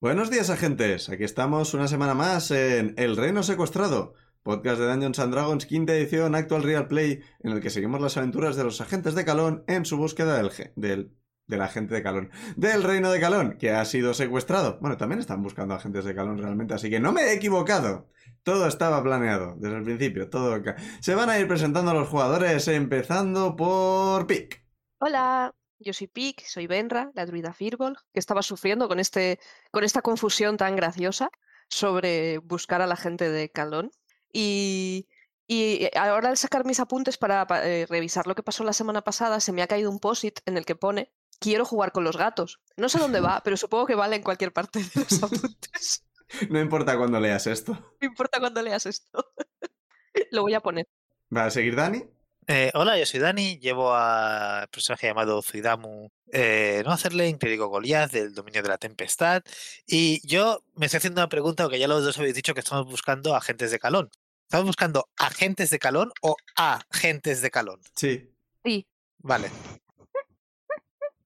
Buenos días, agentes. Aquí estamos una semana más en El Reino Secuestrado, podcast de Dungeons and Dragons, quinta edición, actual Real Play, en el que seguimos las aventuras de los agentes de Calón en su búsqueda del, ge- del, del agente de Calón, del reino de Calón, que ha sido secuestrado. Bueno, también están buscando agentes de Calón realmente, así que no me he equivocado. Todo estaba planeado desde el principio, todo. ca- Se van a ir presentando los jugadores, empezando por Pick. Hola, yo soy Pic, soy Benra, la druida Firbolg, que estaba sufriendo con, este, con esta confusión tan graciosa sobre buscar a la gente de Calón. Y, y eh, ahora al sacar mis apuntes para, pa- eh, revisar lo que pasó la semana pasada, se me ha caído un post-it en el que pone quiero jugar con los gatos. No sé dónde va, pero supongo que vale en cualquier parte de los apuntes. No importa cuándo leas esto. No importa cuando leas esto. Lo voy a poner. ¿Va a seguir Dani? Eh, hola, yo soy Dani, llevo a personaje llamado Zuidamu eh, no hacerle clérigo Goliath del dominio de la tempestad. Y yo me estoy haciendo una pregunta, aunque ya los dos habéis dicho que estamos buscando agentes de calón. ¿Estamos buscando agentes de calón o agentes de calón? Sí, Sí, Vale.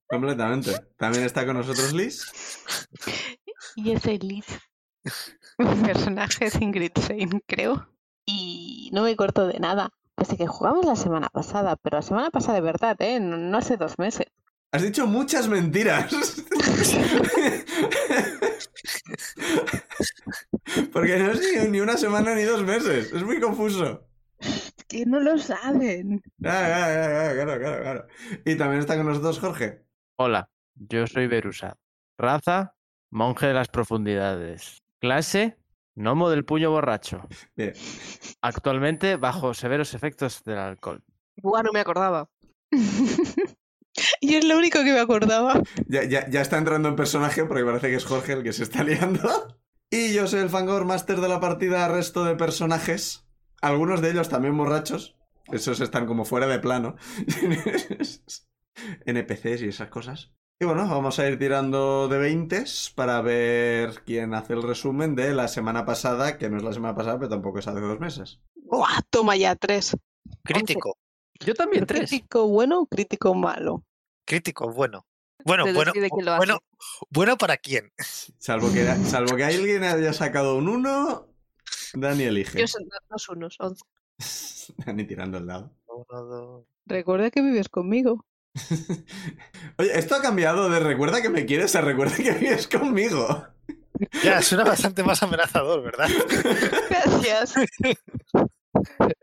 completamente. También está con nosotros Liz. Y es Liz. Mi personaje es Ingrid Shane, creo. Y no me corto de nada. Así que jugamos la semana pasada, pero la semana pasada de verdad, ¿eh? No, no hace dos meses. Has dicho muchas mentiras. Porque no has sido ni una semana ni dos meses. Es muy confuso. Que no lo saben. Ah, ah, ah, ah, claro, claro, claro. Y también está con nosotros Jorge. Hola, yo soy Berusa. Raza, monje de las profundidades. Clase, gnomo del puño borracho. Bien. Actualmente bajo severos efectos del alcohol. Buah, no me acordaba. y es lo único que me acordaba. Ya, ya- ya está entrando en personaje porque parece que es Jorge el que se está liando. Y yo soy el Fangor, máster de la partida, resto de personajes. Algunos de ellos también borrachos. Esos están como fuera de plano. NPCs y esas cosas. Y bueno, vamos a ir tirando de 20 para ver quién hace el resumen de la semana pasada, que no es la semana pasada, pero tampoco es hace dos meses. ¡Buah! Toma ya tres. Crítico, Yo también tres. Crítico bueno, crítico malo. crítico, bueno. Bueno, Se bueno, decide quién lo hace. bueno, bueno para quién. Salvo que, salvo que alguien haya sacado un 1, Dani elige. Yo soy dos unos, once. Dani tirando el dado. Uno, dos. Recuerda que vives conmigo. Oye, esto ha cambiado de recuerda que me quieres a recuerda que vives conmigo. Ya, suena bastante más amenazador, ¿verdad? Gracias.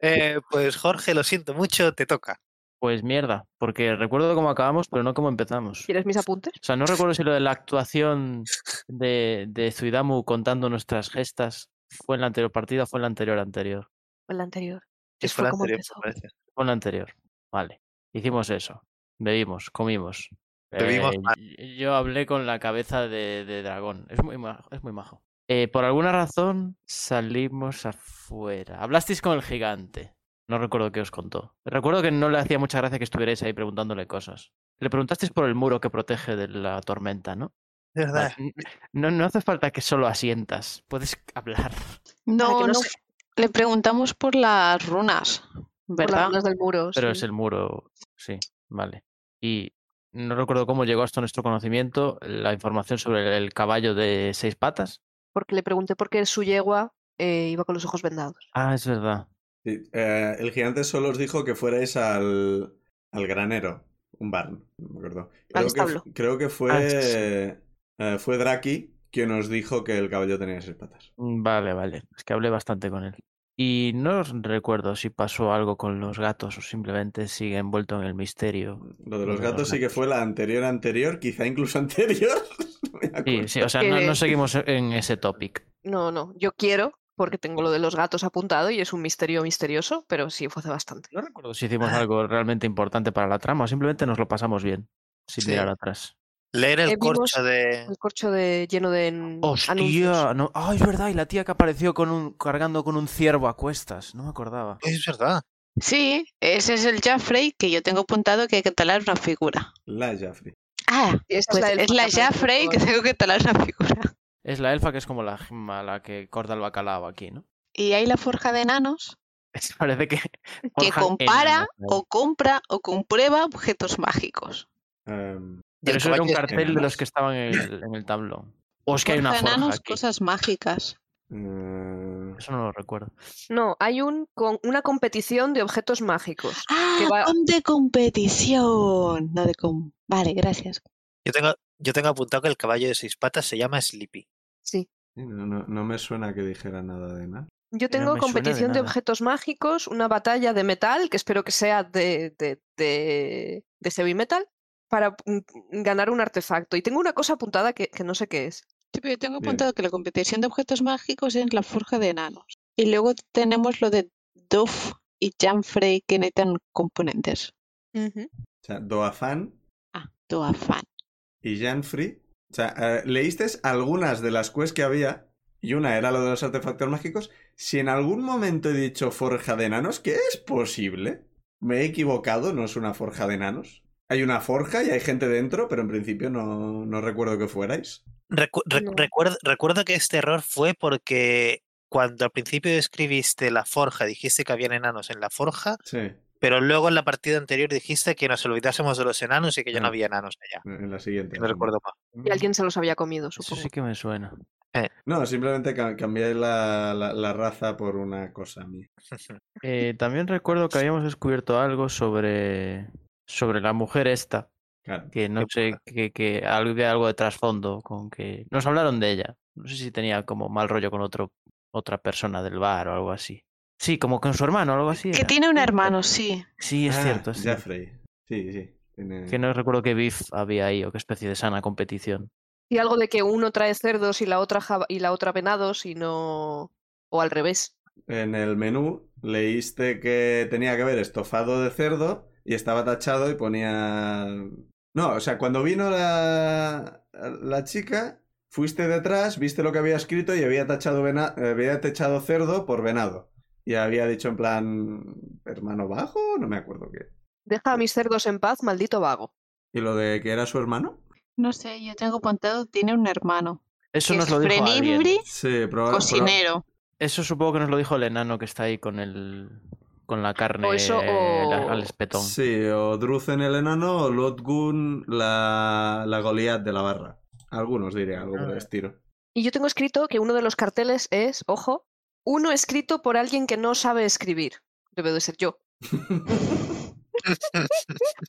Eh, pues Jorge, lo siento mucho, te toca. Pues mierda, porque recuerdo cómo acabamos, pero no cómo empezamos. ¿Quieres mis apuntes? O sea, no recuerdo si lo de la actuación de, de Zuidamu contando nuestras gestas fue en la anterior partida o fue en la anterior anterior. O el anterior. Que Es fue la como anterior, me empezó. parece. Fue en la anterior. Vale. Hicimos eso. Bebimos, comimos. Bebimos Eh, y- yo hablé con la cabeza de, de dragón. Es muy majo. Es muy majo. Eh, por alguna razón salimos afuera. Hablasteis con el gigante. No recuerdo qué os contó. Recuerdo que no le hacía mucha gracia que estuvierais ahí preguntándole cosas. Le preguntasteis por el muro que protege de la tormenta, ¿no? Es Vale, verdad. n- No, no hace falta que solo asientas. Puedes hablar. que No, no no. sé. Le preguntamos por las runas, Por las ¿verdad? runas del muro. Pero sí. es el muro, sí, vale. Y no recuerdo cómo llegó hasta nuestro conocimiento la información sobre el caballo de seis patas. Porque le pregunté por qué su yegua eh, iba con los ojos vendados. Ah, es verdad. Sí, eh, el gigante solo os dijo que fuerais al, al granero, un barn, no me acuerdo. Al Creo que, establo. fu- creo que fue, Ah, sí. eh, fue Draki quien os dijo que el caballo tenía seis patas. Mm, Vale, vale. Es que hablé bastante con él. Y no os recuerdo si pasó algo con los gatos o simplemente sigue envuelto en el misterio. Lo de los Lo de los gatos sí que gatos. fue la anterior anterior, quizá incluso anterior. No me acuerdo. Sí, sí, o sea, no, que- no seguimos en ese topic. No, no. Yo quiero, porque tengo lo de los gatos apuntado y es un misterio misterioso, pero sí fue hace bastante. No recuerdo si hicimos algo realmente importante para la trama o simplemente nos lo pasamos bien, sin Sí. mirar atrás. Leer Eh, el vimos- corcho de. El corcho de, lleno de en- anuncios. Hostia, no. Ah, es verdad, y la tía que apareció con un, cargando con un ciervo a cuestas. No me acordaba. Es verdad. Sí, ese es el Jaffrey que yo tengo apuntado que hay que talar una figura. La Jaffrey. Ah, Y esa pues del es fantasma la del Jaffrey que corredor. tengo que talar una figura. Es la elfa que es como la, gema, la que corta el bacalao aquí, ¿no? Y hay la forja de enanos Es- Parece que. que forjan compara enanos ahí. o compra o comprueba objetos mágicos. Em, Pero del eso era caballo un de cartel de los enanos. que estaban en el, en el tablón. O es que hay una Forja de forja enanos, aquí. cosas mágicas. Eh, Eso no lo recuerdo. No, hay un, con, una competición de objetos mágicos. ¡Ah! va- pan de competición! No de com... Vale, gracias. Yo tengo, yo tengo apuntado que el caballo de seis patas se llama Sleepy. Sí. no, no- no me suena que dijera nada de nada. Yo Pero no tengo me suena de competición de nada. objetos mágicos, una batalla de metal, que espero que sea de, de, de, de heavy metal, para mm, ganar un artefacto. Y tengo una cosa apuntada que, que no sé qué es. Sí, pero yo tengo Bien. apuntado que la competición de objetos mágicos es la forja de enanos. Y luego tenemos lo de Duff y Janfrey que necesitan componentes. O sea, Doafan Ah, tu afán. y Janfrey. O sea, eh, leíste algunas de las quests que había y una era lo de los artefactos mágicos. Si en algún momento he dicho forja de enanos, que es posible. Me he equivocado, no es una forja de enanos. Hay una forja y hay gente dentro, pero en principio no, no recuerdo que fuerais. Recu- re- No. recuerdo, recuerdo que este error fue porque cuando al principio escribiste la forja, dijiste que habían enanos en la forja, Sí. pero luego en la partida anterior dijiste que nos olvidásemos de los enanos y que Mm. ya no Ah. había enanos allá. En la siguiente. No recuerdo más. Y alguien se los había comido, Eso supongo. Mm. sí que me suena. No, simplemente ca- cambié la, la- la raza por una cosa mía. Eh, también recuerdo que habíamos descubierto algo sobre, sobre la mujer esta, Claro. que no Qué sé, que, que algo- había algo de trasfondo con que... Nos hablaron de ella. No sé si tenía como mal rollo con otro, otra persona del bar o algo así. Sí, como con su hermano o algo así. Que era. tiene un hermano, sí. Sí, es Ah, cierto. es cierto. Jaffrey. Sí, sí. Tiene- Que no recuerdo qué beef había ahí o qué especie de sana competición. Y algo de que uno trae cerdos y la otra jaba- y la otra venados y no o al revés. En el menú leíste que tenía que haber estofado de cerdo y estaba tachado y ponía... No, o sea, cuando vino la, la chica, fuiste detrás, viste lo que había escrito y había tachado, vena- eh, había techado cerdo por venado. Y había dicho en plan, hermano bajo, no me acuerdo qué. Deja a mis cerdos en paz, maldito vago. ¿Y lo de que era su hermano? No sé, yo tengo apuntado tiene un hermano. Eso que nos es lo dijo alguien. Frenibri, Sí, probablemente. cocinero. Eso supongo que nos lo dijo el enano que está ahí con el con la carne eso, al- o- al espetón. Sí, o Druzen el enano o Lotgun la, la Goliath de la barra. Algunos diré algo por el estilo. Y yo tengo escrito que uno de los carteles es, ojo, uno escrito por alguien que no sabe escribir. Debe de ser yo.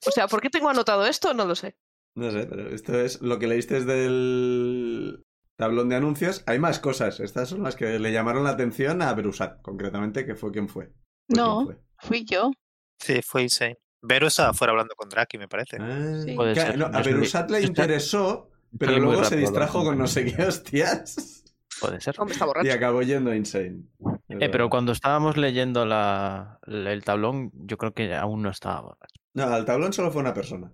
O sea, ¿por qué tengo anotado esto? No lo sé. No sé, pero esto es lo que leíste del tablón de anuncios. Hay más cosas. Estas son las que le llamaron la atención a Berusat, concretamente, que fue quien fue. Fue quien No, fue. fui yo. Sí, fue insane. Vero estaba fuera hablando con Draki, me parece. Ah, Sí. Puede ca- ser. no, Yo a salí- Berusat le yo sal- interesó, pero salí muy luego se rápido, distrajo ¿no? con no sé qué hostias Puede ser. Hombre, está y borracho. acabó yendo insane. Eh, pero cuando estábamos leyendo la, la- el tablón, yo creo que aún no estaba borracho. No, al tablón solo fue una persona.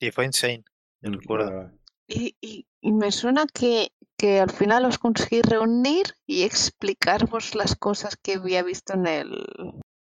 Sí, fue insane. Mm, Yo recuerdo. Vale, vale. Y, y- y me suena que, que al final os conseguí reunir y explicarvos las cosas que había visto en el...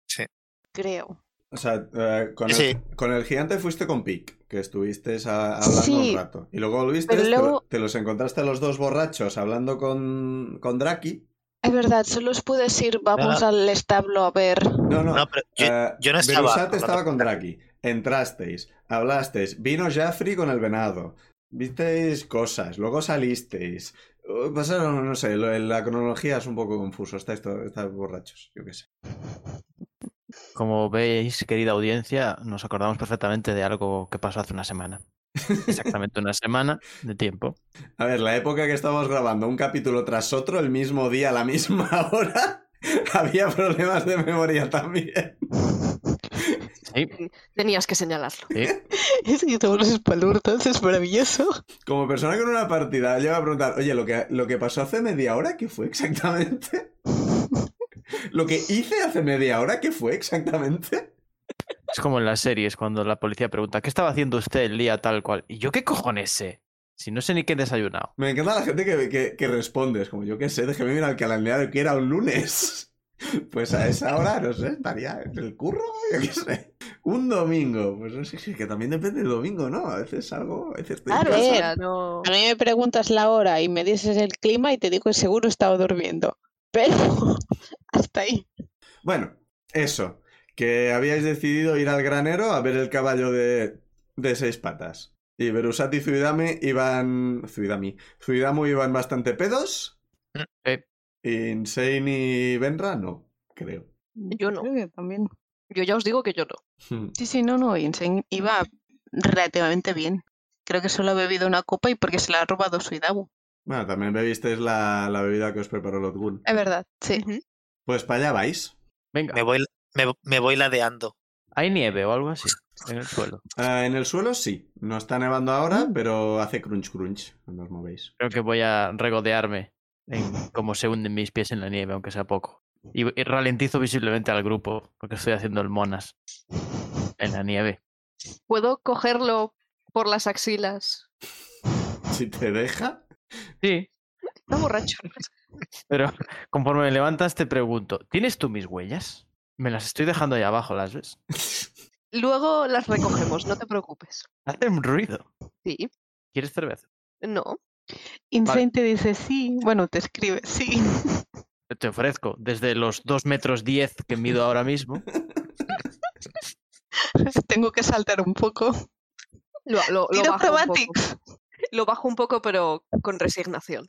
Sí. Creo. O sea, eh, con, el, Sí. con el gigante fuiste con Pic, que estuviste a- hablando Sí. un rato. Y luego volviste, Pero te lo- luego- te, los encontraste a los dos borrachos hablando con, con Draki. Es verdad, solo os pude decir vamos al establo a ver. No, no. No, pero yo, eh, yo no estaba Berusat hablando estaba con con Draki. Entrasteis, hablasteis, vino Jaffrey con el venado. Visteis cosas, luego salisteis. Eh, Pasaron, no sé, lo- la cronología es un poco confuso. Estáis, to- estáis borrachos, yo qué sé. Como veis, querida audiencia, nos acordamos perfectamente de algo que pasó hace una semana. Exactamente una semana de tiempo. A ver, la época que estábamos grabando un capítulo tras otro, el mismo día, a la misma hora, había problemas de memoria también. Sí, Tenías que señalarlo. sí. Es que todos los espalurdos es maravilloso. Como persona con una partida, yo voy a preguntar, oye, lo que, lo que pasó hace media hora, ¿qué fue exactamente? ¿Lo que hice hace media hora, qué fue exactamente? Es como en las series cuando la policía pregunta, ¿qué estaba haciendo usted el día tal cual? ¿Y yo qué cojones sé? Si no sé ni qué he desayunado. Me encanta la gente que, que, que responde, es como yo qué sé, déjeme mirar el calendario que era un lunes. Pues a esa hora, no sé, estaría en el curro, yo qué sé. Un domingo, pues no sé, es que también depende del domingo, ¿no? A veces algo, a veces estoy en Claro, O casa. eh. sea, no- A mí me preguntas la hora y me dices el clima y te digo seguro he estado durmiendo. Pero hasta ahí. Bueno, eso. Que habíais decidido ir al granero a ver el caballo de, de seis patas. Y Berusat y Zuidame iban. Zuidami. Zuidamu iban bastante pedos. Sí. Insane y Benra, no, creo. Yo no. Creo que también. Yo ya os digo que yo no. Hmm. Sí, sí, no, no. Insane iba relativamente bien. Creo que solo ha bebido una copa y porque se la ha robado su Idabu. Bueno, también bebisteis la, la bebida que os preparó Lotgun. Es verdad, sí. Ujú. Pues para allá vais. Venga, Me voy, me, me voy ladeando. hay nieve o algo así en el suelo. Ah, en el suelo sí. No está nevando ahora, Mm. pero hace crunch crunch cuando os movéis. Creo que voy a regodearme en cómo se hunden mis pies en la nieve, aunque sea poco. Y, y ralentizo visiblemente al grupo porque estoy haciendo el monas en la nieve. ¿Puedo cogerlo por las axilas? Si te deja. Sí, Está borracho. pero conforme me levantas te pregunto, ¿tienes tú mis huellas? Me las estoy dejando ahí abajo, ¿las ves? Luego las recogemos, no te preocupes. Hacen ruido. Sí, ¿Quieres cerveza? no. Insane te dice sí. Bueno, te escribe sí. Te ofrezco desde los 2 metros 10 que mido ahora mismo. Tengo que saltar un poco. Lo, lo- lo bajo Tiro un poco. acrobatics. Lo bajo un poco, pero con resignación.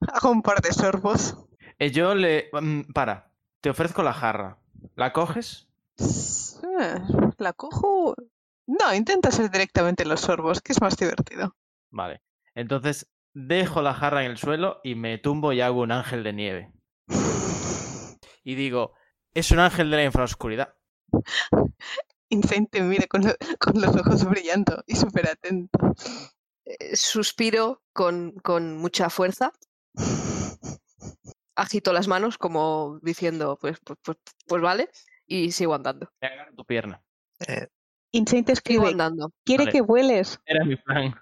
Hago un par de sorbos. Eh, Yo le... mm, Para, te ofrezco la jarra. ¿La coges? Sí, Ah, La cojo. No, intenta hacer directamente los sorbos, que es más divertido. Vale. Entonces dejo la jarra en el suelo y me tumbo y hago un ángel de nieve. Y digo, es un ángel de la infraoscuridad. Insane te mira con, lo- con los ojos brillando y súper atento. Eh, Suspiro con, con mucha fuerza, agito las manos como diciendo, pues, pues, pues, pues vale, y sigo andando. Te agarro tu pierna. Insane te Sigo escribe, andando. quiere Vale. que vueles. Era mi plan.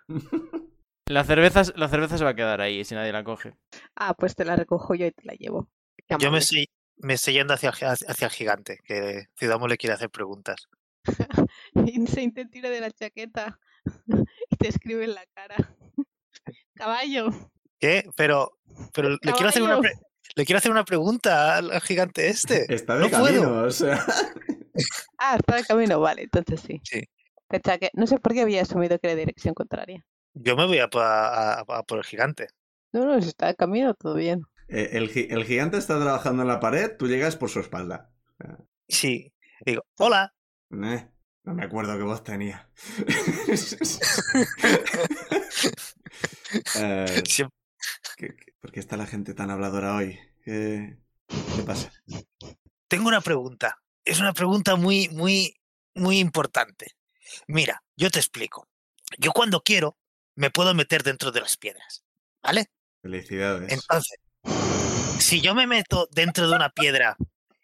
La cerveza, s- la cerveza se va a quedar ahí si nadie la coge. Ah, pues te la recojo yo y te la llevo. Qué Yo me amable. estoy, me estoy yendo hacia, el gi- hacia el gigante, que Ciudadamo le quiere hacer preguntas. Insane te tira de la chaqueta y te escribe en la cara. Caballo. ¿Qué? Pero, pero le, quiero hacer una Caballo. pre- le quiero hacer una pregunta al al gigante este. Está de No camino, puedo. o sea. Ah, está de camino, vale, entonces sí. Sí. La chaque- No sé por qué había asumido que era dirección contraria. Yo me voy a, pa- a- a por el gigante. No, no, si está de camino, todo bien. Eh, El, gi- el gigante está trabajando en la pared, tú llegas por su espalda. Sí. Digo, hola. Eh, no me acuerdo qué voz tenía. Eh, Siem- ¿qué- qué- por qué está la gente tan habladora hoy? ¿Qué, qué pasa? Tengo una pregunta. Es una pregunta muy, muy, muy importante. Mira, yo te explico. Yo cuando quiero me puedo meter dentro de las piedras, ¿vale? Felicidades. Entonces, si yo me meto dentro de una piedra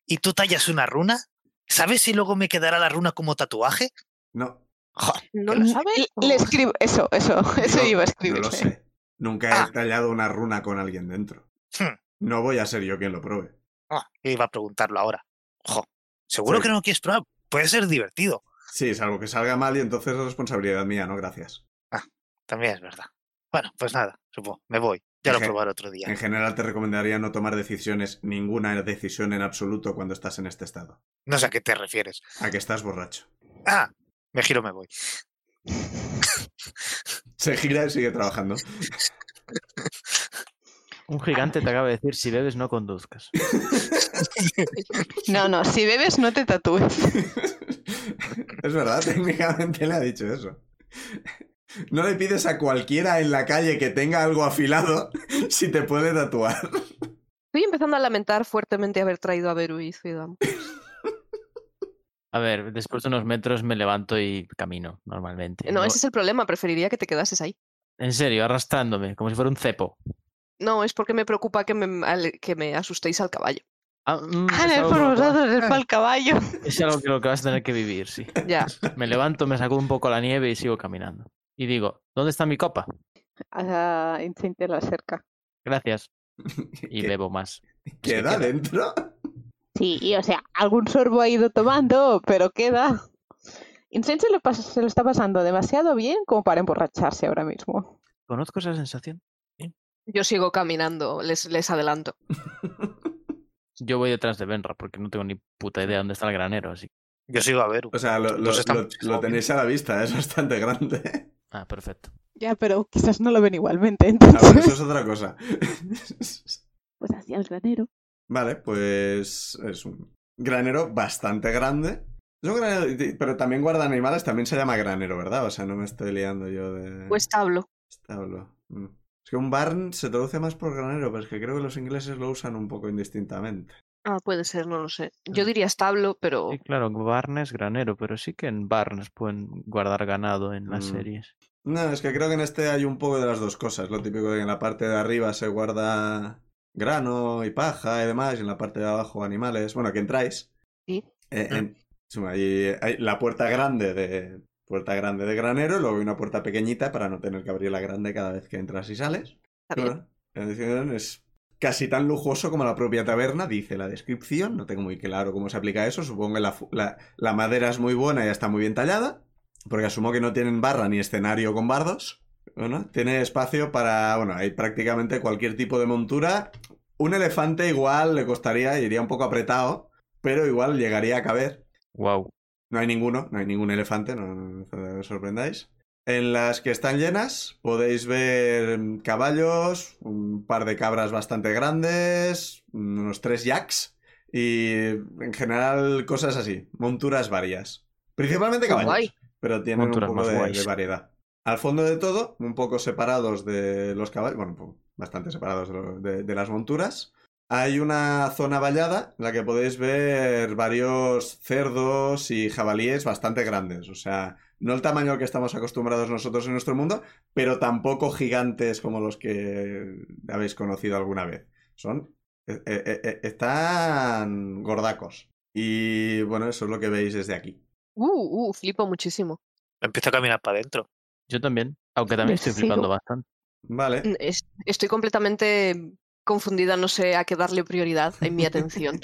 y tú tallas una runa, ¿sabes si luego me quedará la runa como tatuaje? No, Jo, ¿No lo sabe? Le, le o- escribo, eso, eso, eso no, iba a no escribir. lo sé. Nunca he Ah. tallado una runa con alguien dentro. Hmm. No voy a ser yo quien lo pruebe. ah, yo iba a preguntarlo ahora. Jo, seguro Sí. que no lo quieres probar. Puede ser divertido. Sí, salvo que salga mal y entonces es responsabilidad mía, ¿no? Gracias. También es verdad. Bueno, pues nada, supongo. Me voy. Ya lo Eje. probaré otro día. En general te recomendaría no tomar decisiones, ninguna decisión en absoluto cuando estás en este estado. No sé a qué te refieres. A que estás borracho. Ah, me giro, me voy. Se gira y sigue trabajando. Un gigante te acaba de decir, si bebes no conduzcas. No, no, si bebes no te tatúes. es verdad, técnicamente le ha dicho eso. No le pides a cualquiera en la calle que tenga algo afilado si te puede tatuar. Estoy empezando a lamentar fuertemente haber traído a Beru y Zuidam. A ver, después de unos metros me levanto y camino normalmente. No, Eh, No- ese es el problema, preferiría que te quedases ahí. En serio, arrastrándome, como si fuera un cepo. No, es porque me preocupa que me, al- que me asustéis al caballo. Ah, mm, Ah, no es es algo por con lo que vas- vosotros, es para el caballo. es algo que lo que vas a tener que vivir, sí. Ya, Me levanto, me saco un poco la nieve y sigo caminando. Y digo, ¿dónde está mi copa? Ah, Insane te lo acerca. Gracias. Y Que- bebo más. pues, Se ¿Queda dentro? Sí, y o sea, algún sorbo ha ido tomando, pero queda. Insane se lo, pas- se lo está pasando demasiado bien como para emborracharse ahora mismo. Conozco esa sensación. yo sigo caminando, les, les adelanto. Yo voy detrás de Benra porque no tengo ni puta idea dónde está el granero, así. Yo sigo a Beru. O sea, lo, lo- Pues está- lo- lo tenéis a la vista, ¿eh? es bastante grande. Ah, perfecto. Ya, pero quizás no lo ven igualmente, Ah, bueno, eso entonces. es otra cosa. Pues así al granero. Vale, pues es un granero bastante grande. Es un granero, pero también guarda animales, también se llama granero, ¿verdad? O sea, no me estoy liando yo de... O establo. Establo. Mm. Es que un barn se traduce más por granero, pero es que creo que los ingleses lo usan un poco indistintamente. Ah, puede ser, no lo sé. Yo Ah. diría establo, pero Sí, claro, Barnes granero, pero sí que en Barnes pueden guardar ganado en las Mm. series. No, es que creo que en este hay un poco de las dos cosas. Lo típico de que en la parte de arriba se guarda grano y paja y demás, y en la parte de abajo animales. Bueno, que entráis. Sí. Eh, en- suma, ahí hay la puerta grande de puerta grande de granero, luego hay una puerta pequeñita para no tener que abrir la grande cada vez que entras y sales. está bien. Bueno, la descripción es casi tan lujoso como la propia taberna, dice la descripción. No tengo muy claro cómo se aplica eso. Supongo que la, fu- la- la madera es muy buena y está muy bien tallada. Porque asumo que no tienen barra ni escenario con bardos. Bueno, tiene espacio para, bueno, hay prácticamente cualquier tipo de montura. Un elefante igual le costaría, iría un poco apretado, pero igual llegaría a caber. Wow. No hay ninguno, no hay ningún elefante, no, no- no os sorprendáis. En las que están llenas podéis ver mm, caballos, un par de cabras bastante grandes, mm, unos tres yaks y en general cosas así, monturas varias. Principalmente Qué caballos, guay. pero tienen Monturas un poco más de, guays. de variedad. Al fondo de todo, un poco separados de los caballos, bueno, un poco, bastante separados de lo- de- de las monturas, hay una zona vallada en la que podéis ver varios cerdos y jabalíes bastante grandes. O sea, no el tamaño al que estamos acostumbrados nosotros en nuestro mundo, pero tampoco gigantes como los que habéis conocido alguna vez. Son. eh, eh, eh, están gordacos. Y bueno, eso es lo que veis desde aquí. Uh, uh, flipo muchísimo. Empiezo a caminar para adentro. Yo también, aunque también estoy Necesito- flipando bastante. Vale. Mm, es- Estoy completamente confundida, no sé a qué darle prioridad en mi atención.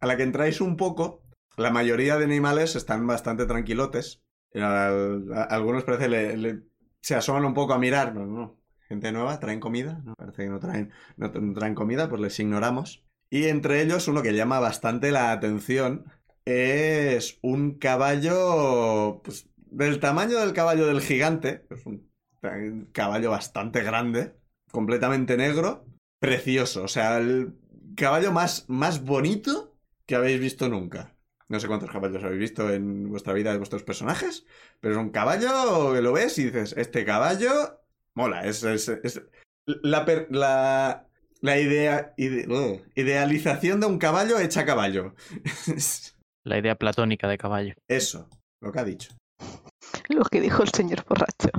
a la que entráis un poco, la mayoría de animales están bastante tranquilotes. Al- a- algunos parece le, le- se asoman un poco a mirar, pero no. Gente nueva, traen comida, ¿no? parece que no traen, no, tra- no traen comida, pues les ignoramos. Y entre ellos uno que llama bastante la atención es un caballo pues, del tamaño del caballo del gigante, es un ta- un caballo bastante grande, completamente negro, precioso, o sea, el caballo más, más bonito que habéis visto nunca. No sé cuántos caballos habéis visto en vuestra vida de vuestros personajes, pero es un caballo que lo ves y dices, este caballo mola, es, es- es- la, per- la, la idea, ide- ugh, idealización de un caballo hecha a caballo. La idea platónica de caballo. Eso, lo que ha dicho. Lo que dijo el señor borracho.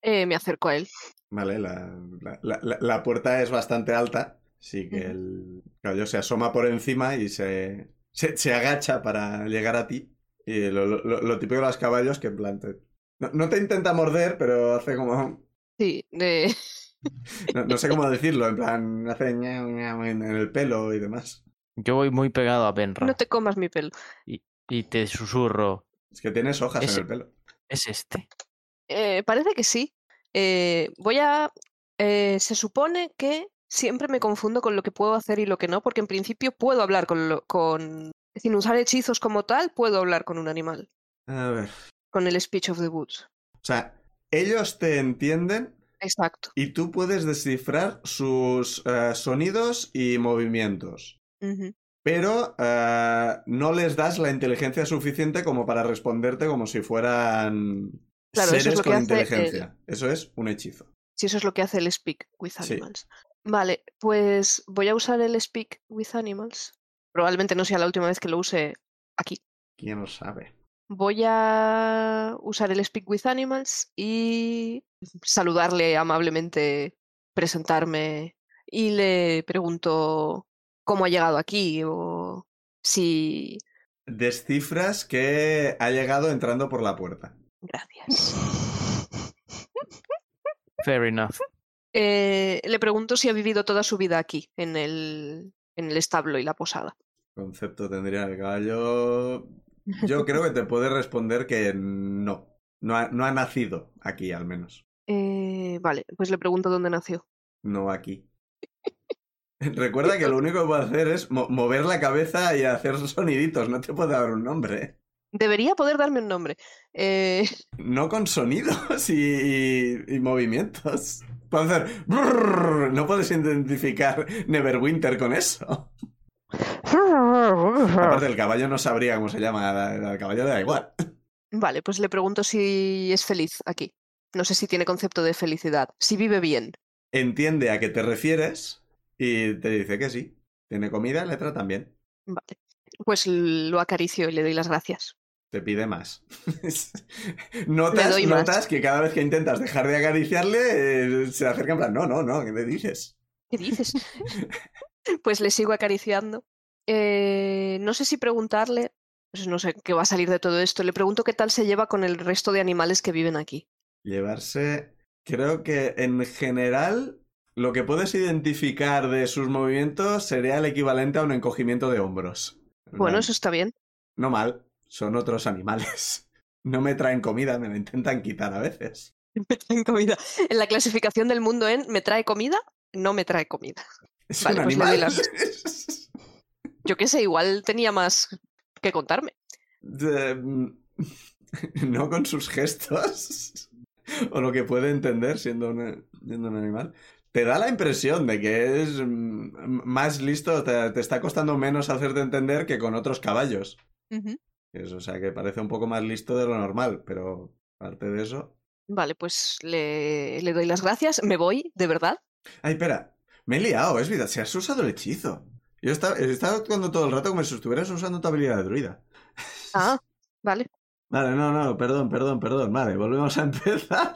Eh, me acerco a él. Vale, la, la- la- la- la puerta es bastante alta, así que Ujú. el caballo se asoma por encima y se, se, se agacha para llegar a ti. Y lo, lo- lo- lo típico de los caballos que en plan te- no, no te intenta morder, pero hace como... Sí, eh, No, no sé cómo decirlo, en plan hace ñau, ñau en, en el pelo y demás. Yo voy muy pegado a Benra no te comas mi pelo. y te susurro. Es que tienes hojas Ese- en el pelo. ¿Es este? Eh, parece que sí. Eh, voy a... eh, se supone que siempre me confundo con lo que puedo hacer y lo que no, porque en principio puedo hablar con... lo- con... Sin usar hechizos como tal, puedo hablar con un animal. A ver. Con el speech of the woods. O sea, ellos te entienden Exacto. y tú puedes descifrar sus eh, sonidos y movimientos. Ujú. pero eh, no les das la inteligencia suficiente como para responderte como si fueran Claro, eso es seres lo que con hace inteligencia. Eso es un hechizo. Si eso es lo que hace el Speak with Sí. Animals. Vale, pues voy a usar el Speak with Animals. Probablemente no sea la última vez que lo use aquí. ¿Quién lo sabe? Voy a usar el Speak with Animals y saludarle amablemente, presentarme y le pregunto cómo ha llegado aquí o si... Descifras que ha llegado entrando por la puerta. Gracias. Fair enough. Eh, le pregunto si ha vivido toda su vida aquí, en el, en el establo y la posada. Concepto tendría el gallo. Yo creo que te puede responder que no. No ha, no ha nacido aquí, al menos. Eh, vale, pues le pregunto dónde nació. No aquí. Recuerda que lo único que puede hacer es mo- mover la cabeza y hacer soniditos. No te puede dar un nombre. ¿eh? Debería poder darme un nombre. Eh, No con sonidos y, y- y movimientos. Puede hacer. brrr. No puedes identificar Neverwinter con eso. Ah. Aparte, el caballo no sabría cómo se llama. Al caballo le da igual. Vale, pues le pregunto si es feliz aquí. No sé si tiene concepto de felicidad, si vive bien. Entiende a qué te refieres y te dice que sí. Tiene comida, le tratan bien. Vale. Pues lo acaricio y le doy las gracias. Te pide más. notas, Le doy más. notas que cada vez que intentas dejar de acariciarle, eh, se acerca en plan, no, no, no, ¿qué le dices? ¿Qué dices? pues le sigo acariciando. Eh, no sé si preguntarle, pues no sé qué va a salir de todo esto. Le pregunto qué tal se lleva con el resto de animales que viven aquí. Llevarse. Creo que en general lo que puedes identificar de sus movimientos sería el equivalente a un encogimiento de hombros. Bueno, No- eso está bien. No mal, son otros animales. No me traen comida, me la intentan quitar a veces. Me traen comida. En la clasificación del mundo en ¿me trae comida? No me trae comida. Es Vale, un pues le doy animal. Yo qué sé, igual tenía más que contarme. De- mm, No con sus gestos. O lo que puede entender siendo un, siendo un animal. Te da la impresión de que es mm, más listo, te, te está costando menos hacerte entender que con otros caballos. Es, o sea que parece un poco más listo de lo normal, pero aparte de eso. Vale, pues le, le doy las gracias. Me voy, de verdad. Ay, espera, me he liado, es vida, si has usado el hechizo. Yo estaba, estaba actuando todo el rato como si estuvieras usando tu habilidad de druida. Ah, vale. Vale, no, no, perdón, perdón, perdón. Vale, volvemos a empezar.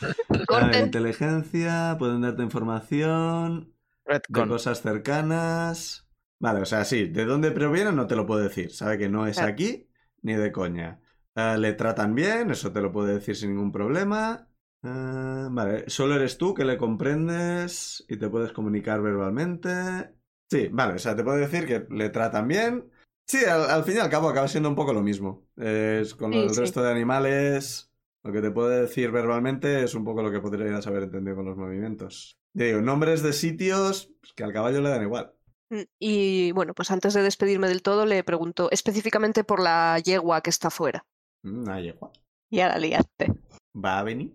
A ver, Corten. inteligencia, pueden darte información de Redcon. cosas cercanas. Vale, o sea, sí, de dónde proviene no te lo puedo decir. Sabe que no es Claro. aquí ni de coña. Ah, le tratan bien, eso te lo puedo decir sin ningún problema. Ah, vale, solo eres tú que le comprendes y te puedes comunicar verbalmente. Sí, vale, o sea, te puedo decir que le tratan bien. Sí, al, al fin y al cabo acaba siendo un poco lo mismo. Es con Sí, el sí. resto de animales, lo que te puedo decir verbalmente es un poco lo que podrías haber entendido con los movimientos. Ya digo, nombres de sitios pues, que al caballo le dan igual. Mm, Y bueno, pues antes de despedirme del todo, le pregunto específicamente por la yegua que está fuera. Mm, ah, yegua. Y ahora liaste. ¿Va a venir?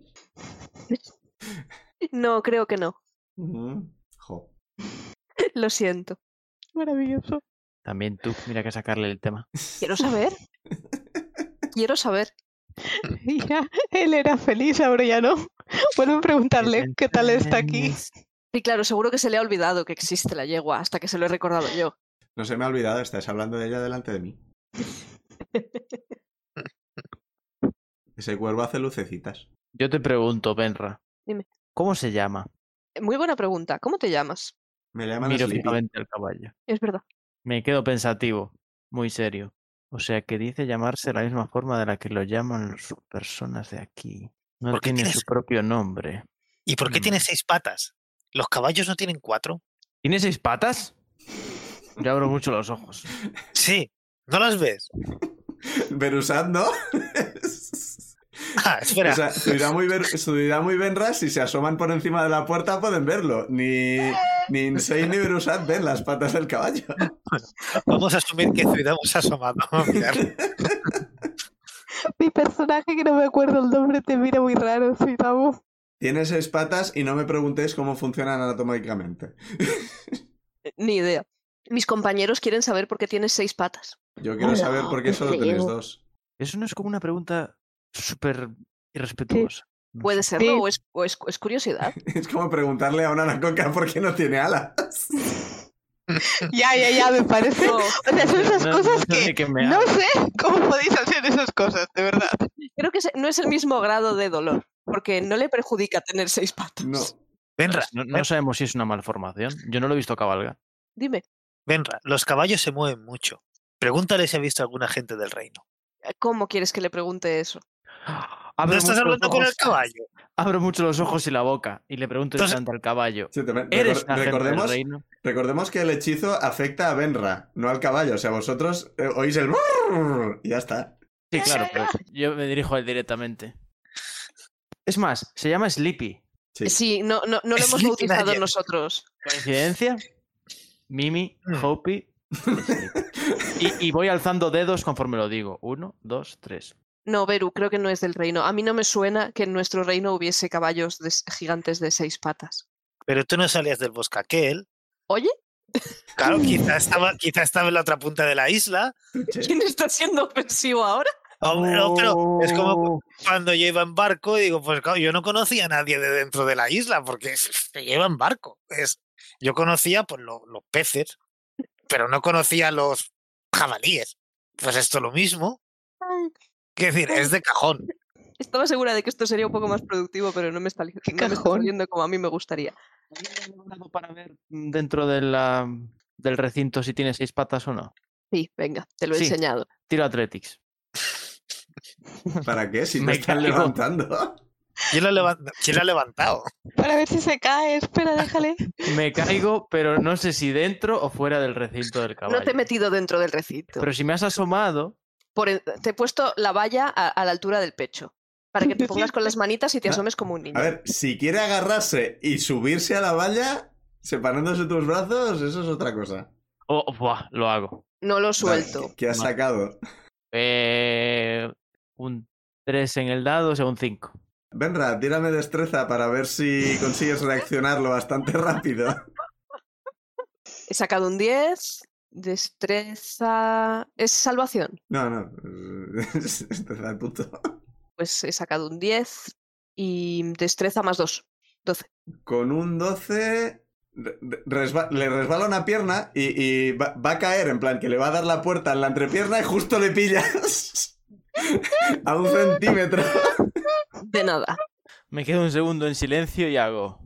No, creo que no. Mm, jo. Lo siento. Maravilloso. También tú, mira que sacarle el tema. Quiero saber. Quiero saber. Y ya, él era feliz, ahora ya no. Pueden preguntarle qué tal está aquí. Y claro, seguro que se le ha olvidado que existe la yegua hasta que se lo he recordado yo. No se me ha olvidado, estás hablando de ella delante de mí. Ese cuervo hace lucecitas. Yo te pregunto, Benra. Dime. ¿Cómo se llama? Muy buena pregunta. ¿Cómo te llamas? Me llaman Miro Sleepy. fijamente al caballo. Es verdad. Me quedo pensativo, muy serio. O sea que dice llamarse de la misma forma de la que lo llaman las personas de aquí. No ¿Por qué tiene su tienes- propio nombre. ¿Y por qué Mm. tiene seis patas? ¿Los caballos no tienen cuatro? ¿Tiene seis patas? Yo abro mucho los ojos. Sí, ¿no las ves? Verusat, ¿no? Ah, espera. O sea, subirá muy, ver, subirá muy Benra, si se asoman por encima de la puerta pueden verlo. Ni, ni Insane ni Verusat ven las patas del caballo. Vamos a asumir que Zuidamu se ha asomado. Vamos a mirar. Mi personaje, que no me acuerdo el nombre, te mira muy raro, soy tabú. Tiene seis patas y no me preguntéis cómo funcionan anatómicamente. Eh, Ni idea. Mis compañeros quieren saber por qué tienes seis patas. Yo quiero Hola, saber por qué solo qué tenéis feo. dos. Eso no es como una pregunta súper irrespetuosa. No Puede sé. serlo o es, o es- es curiosidad. Es como preguntarle a una anacoca por qué no tiene alas. Ya, ya, ya, me parece. No, O sea, son esas No- no cosas sé que. de qué me No hablas. sé cómo podéis hacer esas cosas, de verdad. creo que se- no es el mismo grado de dolor, porque no le perjudica tener seis patas. No. Benra, No- no sabemos si es una malformación. Yo no lo he visto cabalgar. Dime, Benra, los caballos se mueven mucho. Pregúntale si ha visto alguna gente del reino. ¿cómo quieres que le pregunte eso? Abro ¿No estás mucho los hablando con el ojos- caballo? Abro mucho los ojos y la boca y le pregunto Entonces- tanto al caballo. Sí, te- recor- ¿Eres un agente del recordemos, reino? recordemos que el hechizo afecta a Benra, no al caballo. O sea, vosotros eh, oís el... brrrr Y ya está. Sí, claro, pero yo me dirijo a él directamente. Es más, se llama Sleepy. Sí. Sí, no, no, no lo hemos Sleepy bautizado Giant. nosotros. Coincidencia. Mimi, Hopi. Sleep. Y, y voy alzando dedos conforme lo digo. Uno, dos, tres. No, Beru, creo que no es del reino. A mí no me suena que en nuestro reino hubiese caballos de s- gigantes de seis patas. Pero tú no salías del bosque aquel. Oye, Claro, quizá estaba, quizá estaba en la otra punta de la isla. ¿quién está siendo ofensivo ahora? Hombre, no, pero es Oh. como cuando yo iba en barco, digo, pues claro, yo no conocía a nadie de dentro de la isla, porque se lleva en barco. Es, yo conocía pues, lo- los peces, pero no conocía los jabalíes. Pues esto es lo mismo. Ay, Quiero decir, es de cajón. Estaba segura de que esto sería un poco más productivo, pero no me está, li- no me está cajón. saliendo como a mí me gustaría. para ver dentro de la- del recinto si tiene seis patas o no. Sí, venga, te lo he Sí. enseñado. Tiro Athletics. ¿Para qué? Si no Me están caigo. levantando. ¿Quién lo, ha levan- quién lo ha levantado? Para ver si se cae, espera, déjale. Me caigo, pero no sé si dentro o fuera del recinto del caballo. No te he metido dentro del recinto. Pero si me has asomado, Por en- te he puesto la valla a, a la altura del pecho, para que te pongas con las manitas y te Ah, asomes como un A niño. ver, si quiere agarrarse y subirse a la valla, separándose tus brazos, eso es otra cosa. oh, buah, lo hago. No lo suelto. Vale, ¿Qué has Vale. sacado? Eh, un 3 en el dado, o sea, un 5. Benra, tírame destreza para ver si consigues reaccionarlo bastante rápido. He sacado un 10, destreza... ¿Es salvación? No, no. Destreza al punto. Pues he sacado un 10 y destreza más 2. Con un 12 re- resba- le resbala una pierna y, y va, va a caer, en plan, que le va a dar la puerta en la entrepierna y justo le pillas a un centímetro. De nada, Me quedo un segundo en silencio y hago.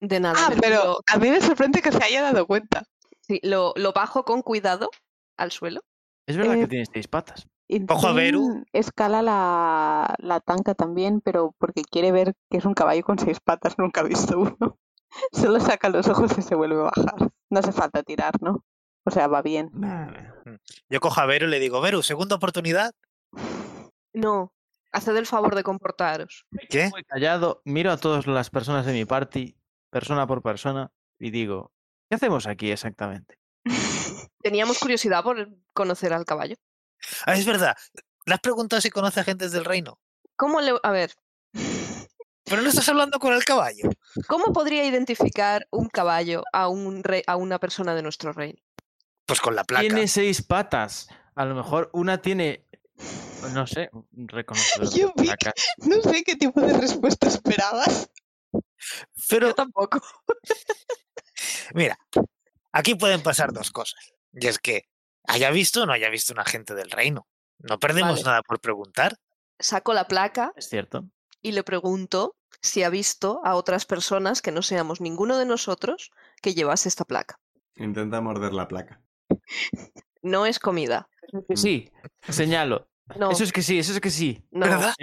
de nada. Ah, Beru, pero lo- a mí me sorprende que se haya dado cuenta. sí, lo, lo bajo con cuidado al suelo. Es verdad que Eh, tienes seis patas. Ojo a Beru. Intrin Escala la, la tanca también, pero porque quiere ver que es un caballo con seis patas, nunca ha visto uno. Solo saca los ojos y se vuelve a bajar. No hace falta tirar, ¿no? O sea, va bien. Yo cojo a Vero y le digo, Vero, segunda oportunidad. No, haced el favor de comportaros. ¿Qué? Muy callado, miro a todas las personas de mi party, persona por persona, y digo, ¿qué hacemos aquí exactamente? Teníamos curiosidad por conocer al caballo. Ah, es verdad. Le has preguntado si conoce a gentes del reino. ¿Cómo le... A ver, Pero no estás hablando con el caballo. ¿Cómo podría identificar un caballo a, un re- a una persona de nuestro reino? Pues con la placa. Tiene seis patas. A lo mejor una tiene, no sé, un reconocedor de Yo vi que- placas. No sé qué tipo de respuesta esperabas. Pero tampoco. Mira, aquí pueden pasar dos cosas. Y es que haya visto o no haya visto un agente del reino. No perdemos Vale. nada por preguntar. Saco la placa Es cierto. y le pregunto si ha visto a otras personas que no seamos ninguno de nosotros que llevase esta placa. Intenta morder la placa. No es comida. Que sí, señalo. No, Eso es que sí, eso es que sí. no. ¿Verdad?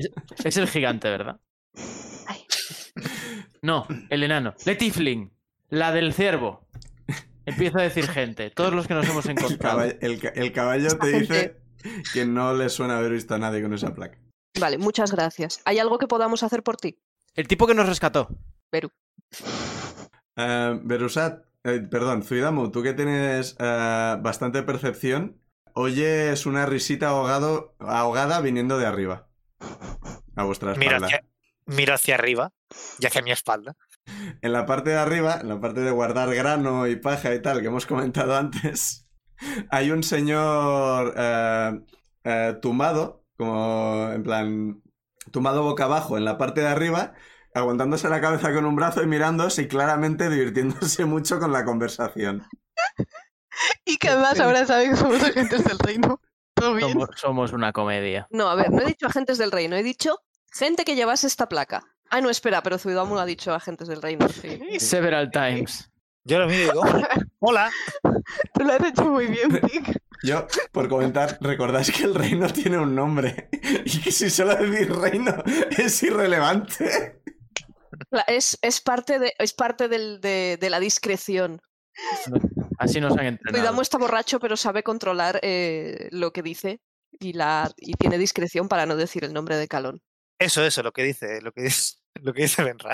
Es el gigante, ¿verdad? Ay. No, el enano. Letifling, la del ciervo. Empiezo a decir gente, todos los que nos hemos El encontrado. caballo, el ca- el caballo Esta te dice que no le suena haber visto a nadie con esa placa. Vale, muchas gracias. ¿Hay algo que podamos hacer por ti? El tipo que nos rescató. Eh, Berusat, eh, perdón, Zuidamu, tú que tienes eh, bastante percepción, oyes una risita ahogado, ahogada viniendo de arriba. A vuestra Mira espalda. hacia, miro hacia arriba y hacia mi espalda. En la parte de arriba, en la parte de guardar grano y paja y tal que hemos comentado antes, hay un señor eh, eh, tumbado, como en plan, tumbado boca abajo en la parte de arriba, aguantándose la cabeza con un brazo y mirándose y claramente divirtiéndose mucho con la conversación. Y que además ahora sabe que somos agentes del reino. Todo bien. Somos, somos una comedia. No, a ver, no he dicho agentes del reino, he dicho gente que llevase esta placa. Ah, no, espera, pero Zuidamu ha dicho agentes del reino. sí. Several times. Yo lo miro y digo, "Hola, hola. Tú lo has hecho muy bien, Tic. Yo, por comentar, recordáis que el reino tiene un nombre y que si solo decís reino es irrelevante. Cla- Es, es parte, de, es parte del- de- de la discreción. Así nos han entrenado. Cuidamo está borracho, pero sabe controlar eh, lo que dice y, la, y tiene discreción para no decir el nombre de Calón. Eso, eso, lo que dice, lo que dice, lo que dice Benra.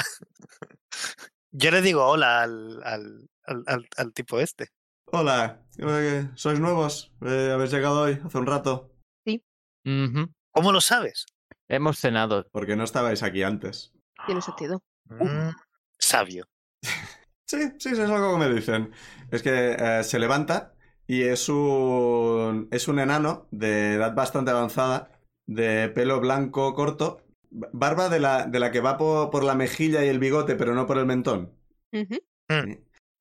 Yo le digo hola al, al, al- al- al tipo este. Hola, eh, ¿sois nuevos? Eh, habéis llegado hoy, hace un rato. Ujú. ¿Cómo lo sabes? Hemos cenado. Porque no estabais aquí antes. Tiene sentido. Mm, sabio. Sí, sí, es algo que me dicen. Es que eh, se levanta y es un, es un enano de edad bastante avanzada, de pelo blanco corto, ba- barba de la, de la que va po- por la mejilla y el bigote, pero no por el mentón. Ujú.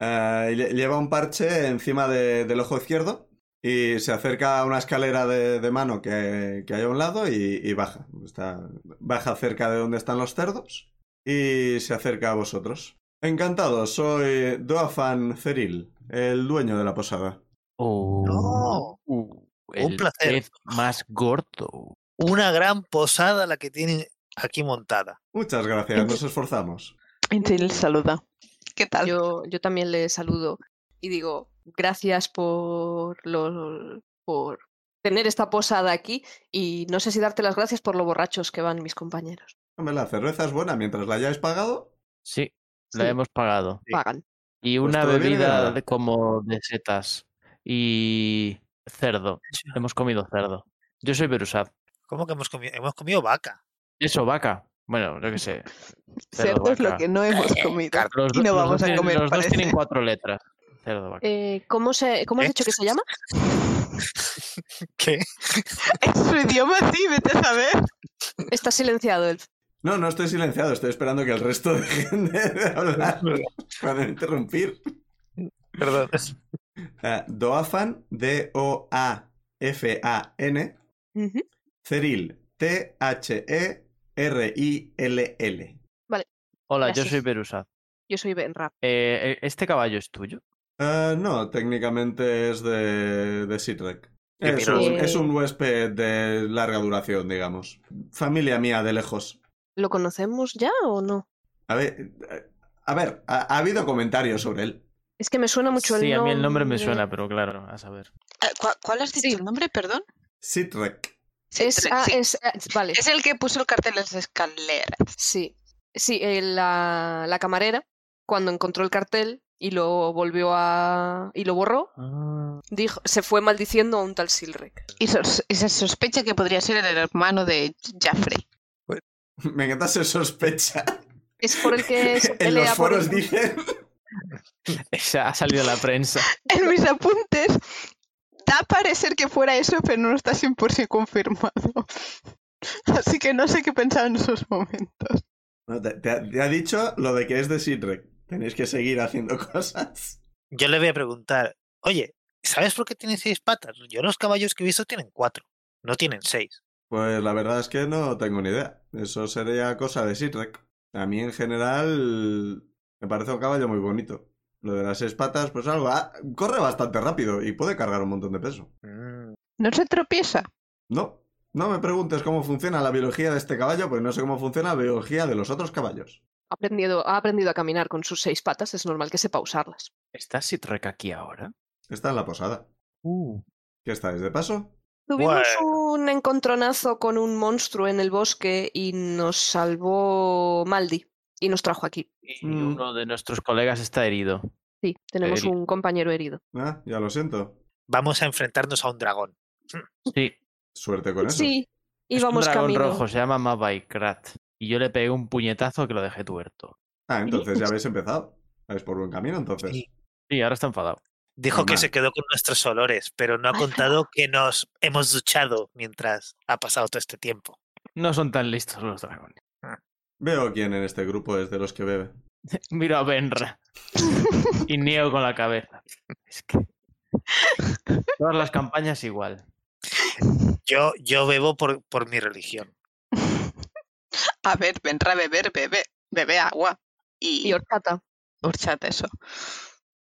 Eh, y lle- lleva un parche encima de- del ojo izquierdo y se acerca a una escalera de, de mano que, que hay a un lado y, y baja. Está- baja cerca de donde están los cerdos y se acerca a vosotros. Encantado, soy Doafan Ceril, el dueño de la posada. Oh, uh, el placer. pez más gordo. Una gran posada la que tienen aquí montada. Muchas gracias, nos esforzamos. Angel saluda. ¿Qué tal? Yo, yo también le saludo y digo, gracias por, lo, por tener esta posada aquí y no sé si darte las gracias por lo borrachos que van mis compañeros. Hombre, la cerveza es buena mientras la hayáis pagado. Sí, la Sí. hemos pagado. Sí. Pagan. Y Pues una todo viene de bebida nada. de- como de setas. Y cerdo. Hemos comido cerdo. Yo soy Berusad. ¿Cómo que hemos comido? Hemos comido vaca. Eso, vaca. Bueno, yo qué sé. Cerdo, Cerdo es lo vaca. que no hemos comido. Los, Y do- no los vamos dos a tienen- comer, Los dos tienen parece. cuatro letras. Cerdo, vaca. Eh, ¿Cómo, se, ¿Cómo has ¿Eh? dicho que se llama? ¿Qué? Es su idioma, sí, vete a saber. Está silenciado el... No, no estoy silenciado, estoy esperando que el resto de gente de hablar para no interrumpir. Perdón. Eh, Doafan, D-O-A-F-A-N, Ujú. Ceril, E T-H-E-R-I-L-L. Hola, yo gracias. soy Berusad. Yo soy Benra. Eh, eh, ¿Este caballo es tuyo? Eh, no, técnicamente es de, de Sitrek. Que Es mira- un, Eh. es un huésped de larga duración, digamos. Familia mía de lejos. ¿Lo conocemos ya o no? A ver, eh, a ver, ha, ha habido comentarios sobre él. Es que me suena mucho sí, el nombre. a mí el nombre me suena, pero claro, a saber. Ah, ¿Cuál, has dicho el nombre, perdón? Sitrek. Es, ah, e. es- ah, vale, Es el que puso el cartel en las escaleras. sí. Sí, eh, la, la camarera, cuando encontró el cartel y lo volvió a... y lo borró, Ah. dijo, se fue maldiciendo a un tal Silrek. Y, sos- y se sospecha que podría ser el hermano de Jaffrey. Me encanta se sospecha. Es por el que se en los pelea por foros el- dicen Esa ha salido en la prensa. En mis apuntes da a parecer que fuera eso, pero no está 100% confirmado. Así que no sé qué pensaba en esos momentos. No, te, te ha, te ha dicho lo de que es de Sidrek. Tenéis que seguir haciendo cosas. Yo le voy a preguntar, oye, ¿sabes por qué tiene seis patas? Yo los caballos que he visto tienen cuatro, no tienen seis. Pues la verdad es que no tengo ni idea. Eso sería cosa de Sidrek. A mí en general me parece un caballo muy bonito. Lo de las seis patas, pues algo. ah, corre bastante rápido y puede cargar un montón de peso. Mm, No se tropieza. No, no me preguntes cómo funciona la biología de este caballo, porque no sé cómo funciona la biología de los otros caballos. Ha aprendido, ha aprendido a caminar con sus seis patas, es normal que sepa usarlas. ¿Está Sitrek aquí ahora? Está en la posada. Uh. ¿Qué estáis de paso? Tuvimos un encontronazo con un monstruo en el bosque y nos salvó Maldi y nos trajo aquí. Y Mm. uno de nuestros colegas está herido. Sí, tenemos Eri- un compañero herido. Ah, ya lo siento. Vamos a enfrentarnos a un dragón. Sí, Suerte con eso. Sí, es un íbamos dragón camino. rojo, se llama Mabaikrat. Y yo le pegué un puñetazo que lo dejé tuerto. Ah, entonces ya habéis empezado. Vais por buen camino, entonces. Sí. Sí, ahora está enfadado. Dijo que se Normal. quedó con nuestros olores, pero no ha Ay, contado que nos hemos duchado mientras ha pasado todo este tiempo. No son tan listos los dragones. Veo quién en este grupo es de los que bebe. Miro a Benra y niego con la cabeza. Es que. Todas las campañas igual. Yo, yo bebo por, por mi religión. A ver, vendrá a beber, bebe, bebe agua. Y, Y horchata. horchata eso.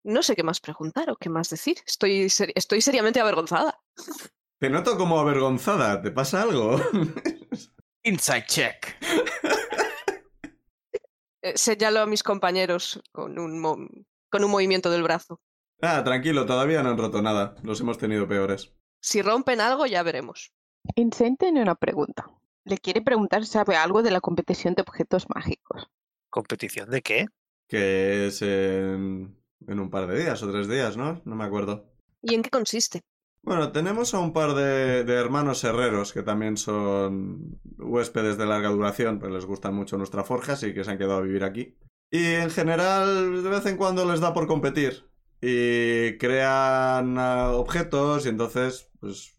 No sé qué más preguntar o qué más decir. Estoy, ser- estoy seriamente avergonzada. Te noto como avergonzada, ¿te pasa algo? Inside check. Eh, señalo a mis compañeros con un, mo- con un movimiento del brazo. ah, tranquilo, todavía no han roto nada. Los hemos tenido peores. Si rompen algo, ya veremos. Insane tiene una pregunta. Le quiere preguntar si sabe algo de la competición de objetos mágicos. ¿Competición de qué? que es en, en un par de días o tres días, ¿no? No me acuerdo. ¿Y en qué consiste? Bueno, tenemos a un par de, de hermanos herreros que también son huéspedes de larga duración, pues les gustan mucho nuestras forjas y que se han quedado a vivir aquí. Y en general, de vez en cuando les da por competir y crean ah, objetos y entonces, pues,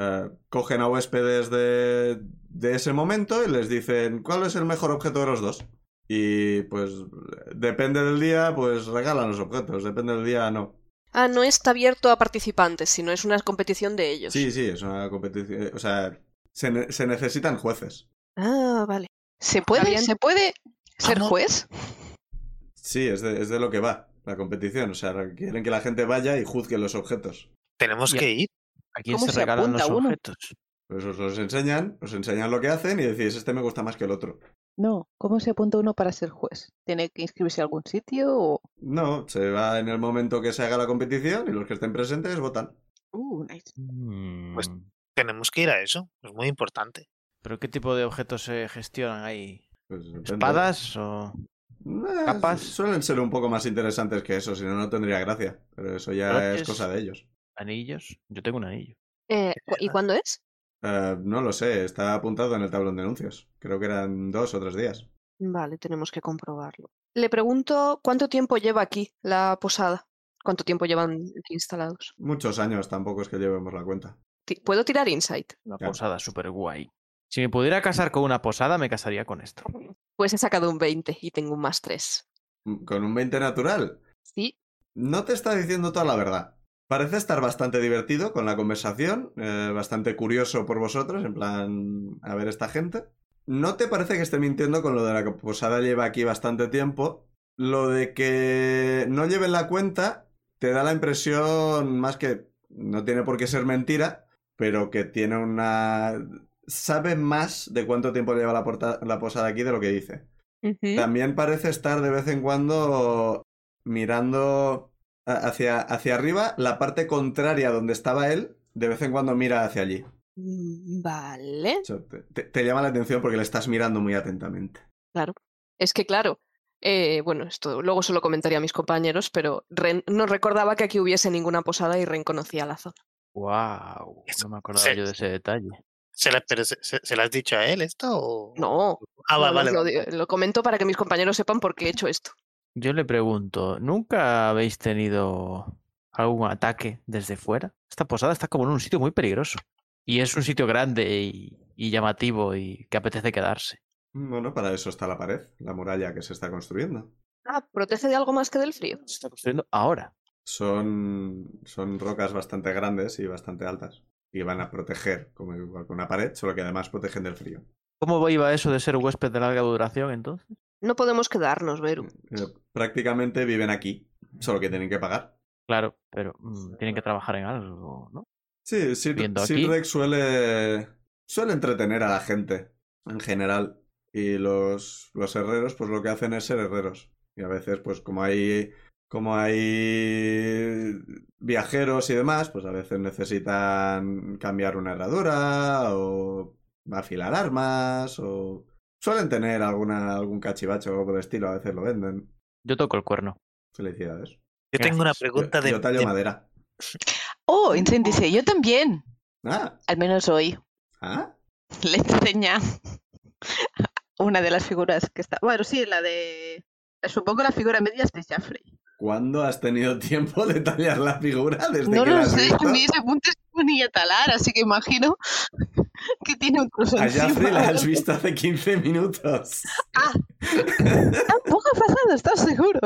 eh, cogen a huéspedes de, de ese momento y les dicen cuál es el mejor objeto de los dos. Y pues, depende del día, pues regalan los objetos, depende del día, no. Ah, no está abierto a participantes, sino es una competición de ellos. Sí, sí, es una competición. eh, O sea, se, ne- se necesitan jueces. Ah, vale. ¿Se puede, Habían- ¿Se puede Ah, ser no. juez? Sí, es de, es de lo que va la competición. O sea, quieren que la gente vaya y juzgue los objetos. Tenemos Ya. que ir. ¿A quién ¿Cómo se se regalan apunta los uno? objetos? Pues os los enseñan, os enseñan lo que hacen y decís, este me gusta más que el otro. No, ¿cómo se apunta uno para ser juez? ¿Tiene que inscribirse a algún sitio o...? No, se va en el momento que se haga la competición y los que estén presentes votan. Uh, nice. Pues- Mm, Tenemos que ir a eso. Es muy importante. ¿Pero qué tipo de objetos se gestionan ahí? Pues depende. ¿Espadas o...? Eh, capas. Suelen ser un poco más interesantes que eso, si no, no tendría gracia. Pero eso ya Creo que es es- cosa de ellos. ¿Anillos? Yo tengo un anillo. Eh, cu- ¿Y cuándo es? Eh, no lo sé, está apuntado en el tablón de anuncios. Creo que eran dos o tres días. Vale, tenemos que comprobarlo. Le pregunto cuánto tiempo lleva aquí la posada. ¿Cuánto tiempo llevan aquí instalados? Muchos años tampoco es que llevemos la cuenta. Ti- ¿Puedo tirar insight? Una Claro. posada súper guay. Si me pudiera casar con una posada, me casaría con esto. Pues he sacado un 20 y tengo un más 3. Mm, Con un 20 natural. Sí, No te está diciendo toda la verdad. Parece estar bastante divertido con la conversación, eh, bastante curioso por vosotros, en plan, a ver esta gente. No te parece que esté mintiendo con lo de la que posada lleva aquí bastante tiempo. Lo de que no lleven la cuenta te da la impresión, más que no tiene por qué ser mentira, pero que tiene una... sabe más de cuánto tiempo lleva la, porta- la posada aquí de lo que dice. También parece estar de vez en cuando mirando a- hacia, hacia arriba, la parte contraria donde estaba él, de vez en cuando mira hacia allí. Mm, vale. O sea, te, te- te llama la atención porque le estás mirando muy atentamente. Es que claro, eh, bueno, esto luego se lo comentaría a mis compañeros, pero Ren no recordaba que aquí hubiese ninguna posada y Ren conocía la zona. ¡Wow! Eso- No me acordaba se- yo de ese detalle. ¿Se la- pero se, se- se la has dicho a él esto? o- No, Ah, va- no, vale. lo, vale. di- lo comento para que mis compañeros sepan por qué he hecho esto. Yo le pregunto, ¿nunca habéis tenido algún ataque desde fuera? Esta posada está como en un sitio muy peligroso. Y es un sitio grande y, y llamativo y que apetece quedarse. Bueno, para eso está la pared, la muralla que se está construyendo. Ah, protege de algo más que del frío. Se está construyendo ahora. Son, son rocas bastante grandes y bastante altas. Y van a proteger, como igual que una pared, solo que además protegen del frío. ¿Cómo iba eso de ser huésped de larga duración entonces? No podemos quedarnos, Mm. Beru. Eh, prácticamente viven aquí, solo que tienen que pagar. Claro, pero mm, tienen que trabajar en algo, ¿no? Sí, Sir, Viendo Sir aquí. Rex suele, suele entretener a la gente en general. Y los, los herreros, pues lo que hacen es ser herreros. Y a veces, pues como hay, como hay viajeros y demás, pues a veces necesitan cambiar una herradura o afilar armas o... Suelen tener alguna, algún cachivacho o algo por el estilo, a veces lo venden. Yo toco el cuerno. Felicidades. Yo tengo una Gracias. Yo, pregunta de, yo tallo de- madera. ¡Oh! Insane dice, yo también. Ah, Al menos hoy. ah, Le enseña una de las figuras que está... Bueno, sí, la de... Supongo la figura media es de Jaffrey. ¿Cuándo has tenido tiempo de tallar la figura desde No que la lo has sé, visto? mis apuntes ponía talar, así que imagino que tiene un curso A Jaffrey la encima. has visto hace 15 minutos. Ah. Tampoco ha Ah, pasado, ¿estás seguro?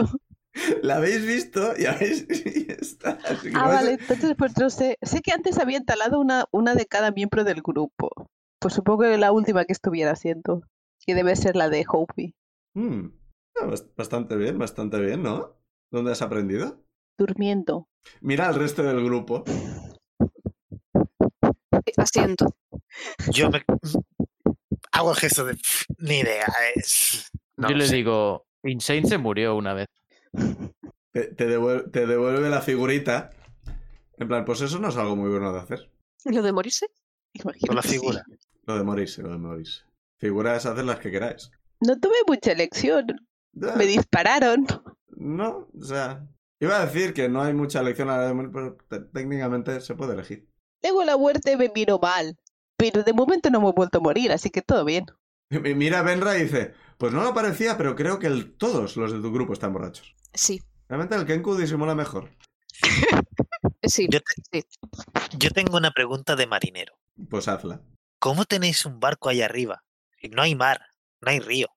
La habéis visto y habéis... y está. Así que Ah, no sé- vale, entonces pues no sé. Sé que antes habían talado una, una de cada miembro del grupo. Pues supongo que la última que estuviera haciendo. Que debe ser la de Hopi. Hmm. Ah, bast- Bastante bien, bastante bien, ¿no? ¿Dónde has aprendido? Durmiendo. Mira al resto del grupo. Eh, Asiento. Yo me... hago el gesto de. Ni idea. Es... No Yo lo le sé. digo, Insane se murió una vez. Te, te devuel- te devuelve la figurita. En plan, pues eso no es algo muy bueno de hacer. ¿Lo de morirse? Imagino Con la que sí. figura. Lo de morirse, lo de morirse. Figuras, haced las que queráis. No tuve mucha elección. Me Eh, dispararon. No, o sea. Iba a decir que no hay mucha elección a la hora de morir, pero te- técnicamente se puede elegir. Luego la muerte me vino mal. Pero de momento no hemos vuelto a morir, así que todo bien. Y mi- mira a Benra y dice: Pues no lo parecía, pero creo que el- todos los de tu grupo están borrachos. Sí, Realmente el Kenku disimula mejor. eh, sí. Yo, te- yo tengo una pregunta de marinero. Pues hazla. ¿Cómo tenéis un barco ahí arriba? Y No hay mar, no hay río,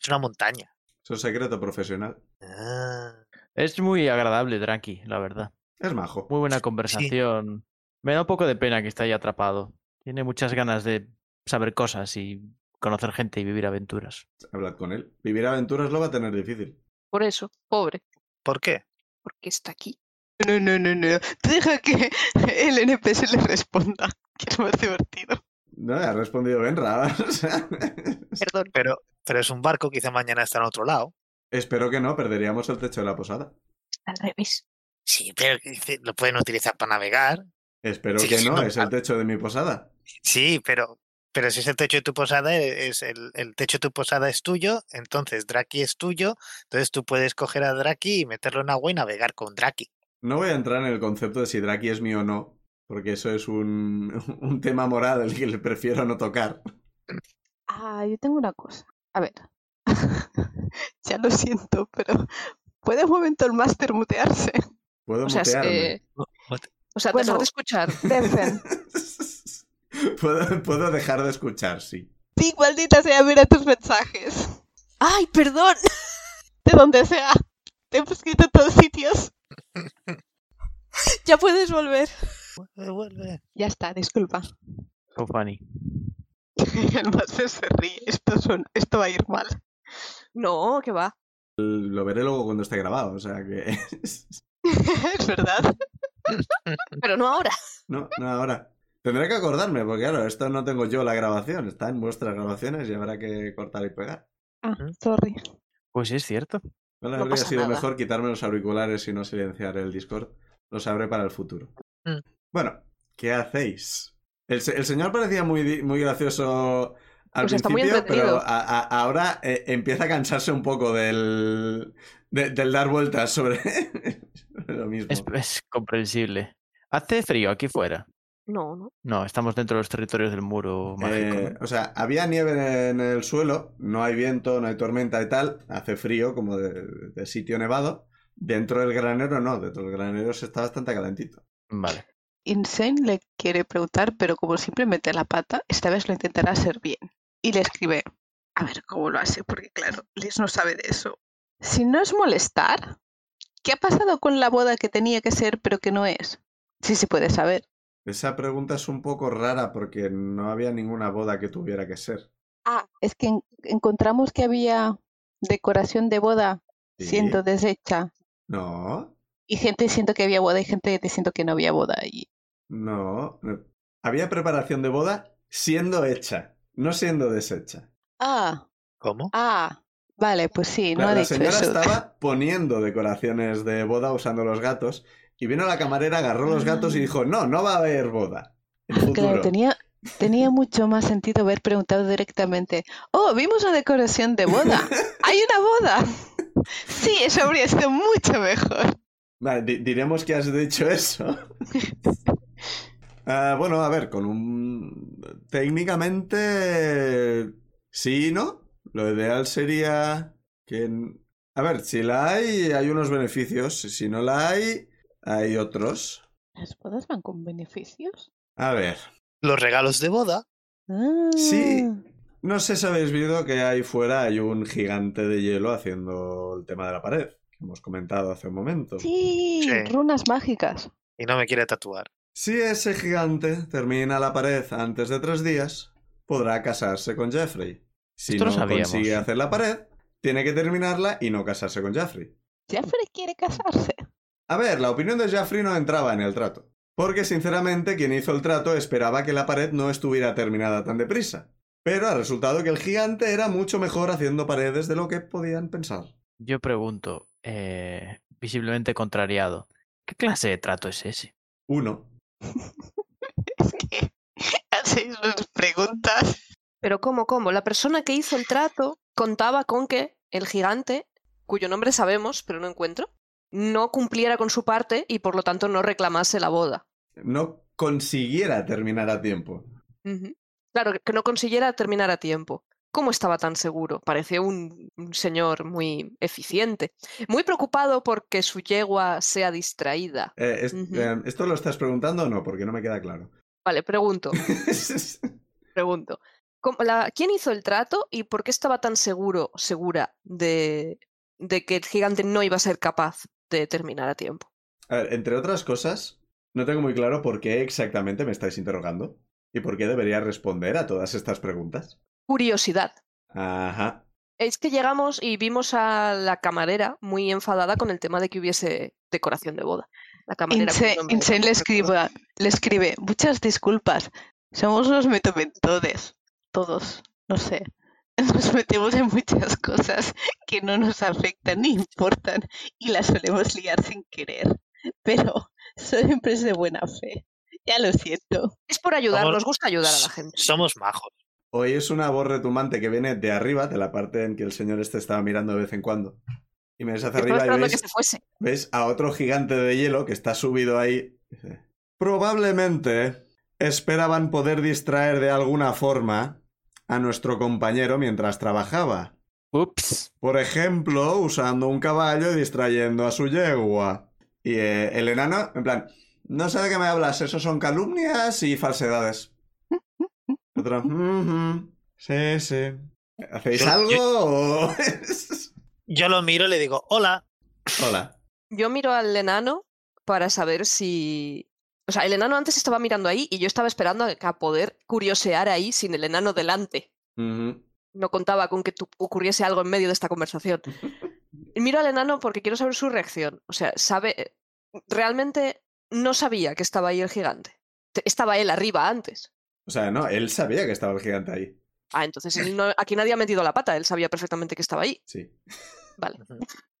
es una montaña. Es un secreto profesional. Ah, Es muy agradable, Draki, la verdad. Es majo. Pues Muy buena conversación. Me da un poco de pena que esté ahí atrapado. Tiene muchas ganas de saber cosas y conocer gente y vivir aventuras. Hablad con él. Vivir aventuras lo va a tener difícil. Por eso, pobre, ¿Por qué? porque está aquí. No, no, no, no. Tú Deja que el NPC le responda, que es más divertido. No, ha respondido Benra. o sea, Perdón. Pero, pero es un barco, quizá mañana está en otro lado. Espero que no, perderíamos el techo de la posada. Al revés. Sí, pero dice, lo pueden utilizar para navegar. Espero Sí, que sí, no, no, es el techo de mi posada. Sí, pero, pero si es el techo de tu posada, e- es el, el techo de tu posada es tuyo, entonces Draki es tuyo, entonces tú puedes coger a Draki y meterlo en agua y navegar con Draki. No voy a entrar en el concepto de si Draki es mío o no, porque eso es un, un tema moral al que le prefiero no tocar. Ah, yo tengo una cosa. A ver. ya lo siento, pero ¿puede un momento el máster mutearse? Puedo O sea, es- mutearme. eh, o sea, dejar Bueno. de escuchar. Defen. puedo, puedo dejar de escuchar, sí. Sí, maldita sea, mira tus mensajes. ¡Ay, perdón! De donde sea. Te he escrito en todos sitios. Ya puedes volver. Vuelve, vuelve. Ya está, disculpa. So funny. El máster se ríe. Esto, es un- esto va a ir mal. No, que va. Lo veré luego cuando esté grabado, o sea que... es verdad. Pero no ahora. No, no ahora. Tendré que acordarme, porque claro, esto no tengo yo la grabación, está en vuestras grabaciones y habrá que cortar y pegar. Ah, Ujú. sorry. Pues sí, es cierto. No le No habría pasa sido nada. mejor quitarme los auriculares y no silenciar el Discord. Lo sabré para el futuro. Mm. Bueno, ¿qué hacéis? El, se- el señor parecía muy, di- muy gracioso al Pues está muy principio, pero entretenido. a- a- ahora eh, empieza a cansarse un poco del, de- del dar vueltas sobre, sobre lo mismo. Es, es comprensible. Hace frío aquí fuera. No, no. No, estamos dentro de los territorios del muro mágico. Eh, ¿no? o sea, había nieve en el suelo, no hay viento, no hay tormenta y tal, hace frío como de, de sitio nevado. Dentro del granero no, dentro del granero se está bastante calentito. Vale. Insane le quiere preguntar, pero como siempre mete la pata, esta vez lo intentará hacer bien. Y le escribe, a ver cómo lo hace, porque claro, Liz no sabe de eso. Si no es molestar, ¿qué ha pasado con la boda que tenía que ser pero que no es? Sí, sí puede saber. Esa pregunta es un poco rara porque no había ninguna boda que tuviera que ser. Ah, es que en- encontramos que había decoración de boda Sí. siendo deshecha No, y gente diciendo que había boda y gente diciendo que no había boda. Y no. no. Había preparación de boda siendo hecha, no siendo deshecha. ah, ¿Cómo? ah, vale, pues sí, no La, ha la dicho señora eso. estaba poniendo decoraciones de boda usando los gatos y vino la camarera, agarró los gatos y dijo, no, no va a haber boda. en Ah. Claro, futuro". tenía, tenía mucho más sentido haber preguntado directamente, oh, vimos una decoración de boda. ¡Hay una boda! Sí, eso habría sido mucho mejor. Vale, di- diremos que has dicho eso. Ah, bueno, a ver, con un... Técnicamente... Sí y no. Lo ideal sería que... n- A ver, si la hay, hay unos beneficios. Si no la hay, hay otros. ¿Las bodas van con beneficios? A ver. Los regalos de boda. Sí. Ah, No sé si habéis visto que ahí fuera hay un gigante de hielo haciendo el tema de la pared, que hemos comentado hace un momento. Sí, Sí. runas mágicas. Y no me quiere tatuar. Si ese gigante termina la pared antes de tres días, podrá casarse con Jeffrey. Si Esto lo no sabíamos. consigue hacer la pared, tiene que terminarla y no casarse con Jeffrey. Jeffrey quiere casarse. A ver, la opinión de Jeffrey no entraba en el trato. Porque sinceramente quien hizo el trato esperaba que la pared no estuviera terminada tan deprisa. Pero ha resultado que el gigante era mucho mejor haciendo paredes de lo que podían pensar. Yo pregunto, eh, visiblemente contrariado, ¿qué clase de trato es ese? Uno. Es que hacéis unas preguntas. Pero ¿cómo, cómo? La persona que hizo el trato contaba con que el gigante cuyo nombre sabemos, pero no encuentro, no cumpliera con su parte y por lo tanto no reclamase la boda. No consiguiera terminar a tiempo. Ujú. Claro, que no consiguiera terminar a tiempo. ¿Cómo estaba tan seguro? Parecía un, un señor muy eficiente. Muy preocupado porque su yegua sea distraída. Eh, es- Ujú. eh, ¿Esto lo estás preguntando o no? Porque no me queda claro. Vale, pregunto, pregunto. ¿Cómo- la- ¿Quién hizo el trato y por qué estaba tan seguro, segura, de, de que el gigante no iba a ser capaz de terminar a tiempo? A ver, entre otras cosas, no tengo muy claro por qué exactamente me estáis interrogando y por qué debería responder a todas estas preguntas. Curiosidad. Ajá. Es que llegamos y vimos a la camarera muy enfadada con el tema de que hubiese decoración de boda. La camarera. cuyo Inse, nombre Inse le, tampoco recuerdo. escriba- le escribe, muchas disculpas, somos los metomentodes, todos, no sé. Nos metemos en muchas cosas que no nos afectan ni importan y las solemos liar sin querer, pero siempre es de buena fe. Ya lo siento. Es por ayudar, Somos- nos gusta ayudar a la S- gente. Somos majos. Hoy es una voz retumbante que viene de arriba, de la parte en que el señor este estaba mirando de vez en cuando. Y me ves hacia Estaba arriba y esperando que veis, se fuese. ves a otro gigante de hielo que está subido ahí. Dice, Probablemente esperaban poder distraer de alguna forma a nuestro compañero mientras trabajaba. Ups. Por ejemplo, usando un caballo y distrayendo a su yegua. Y eh, el enano, en plan, no sé de qué me hablas, eso son calumnias y falsedades. Otro, "Ujú, sí, sí. ¿Hacéis Yo- algo o...? Yo lo miro y le digo, hola. Hola. Yo miro al enano para saber si. O sea, el enano antes estaba mirando ahí y yo estaba esperando a a poder curiosear ahí sin el enano delante. Ujú. No contaba con que tu- ocurriese algo en medio de esta conversación. Y Miro al enano porque quiero saber su reacción. O sea, sabe. eh, Realmente no sabía que estaba ahí el gigante. Te- Estaba él arriba antes. O sea, no, él sabía que estaba el gigante ahí. Ah, entonces él no- aquí nadie ha metido la pata. Él sabía perfectamente que estaba ahí. Sí. Vale.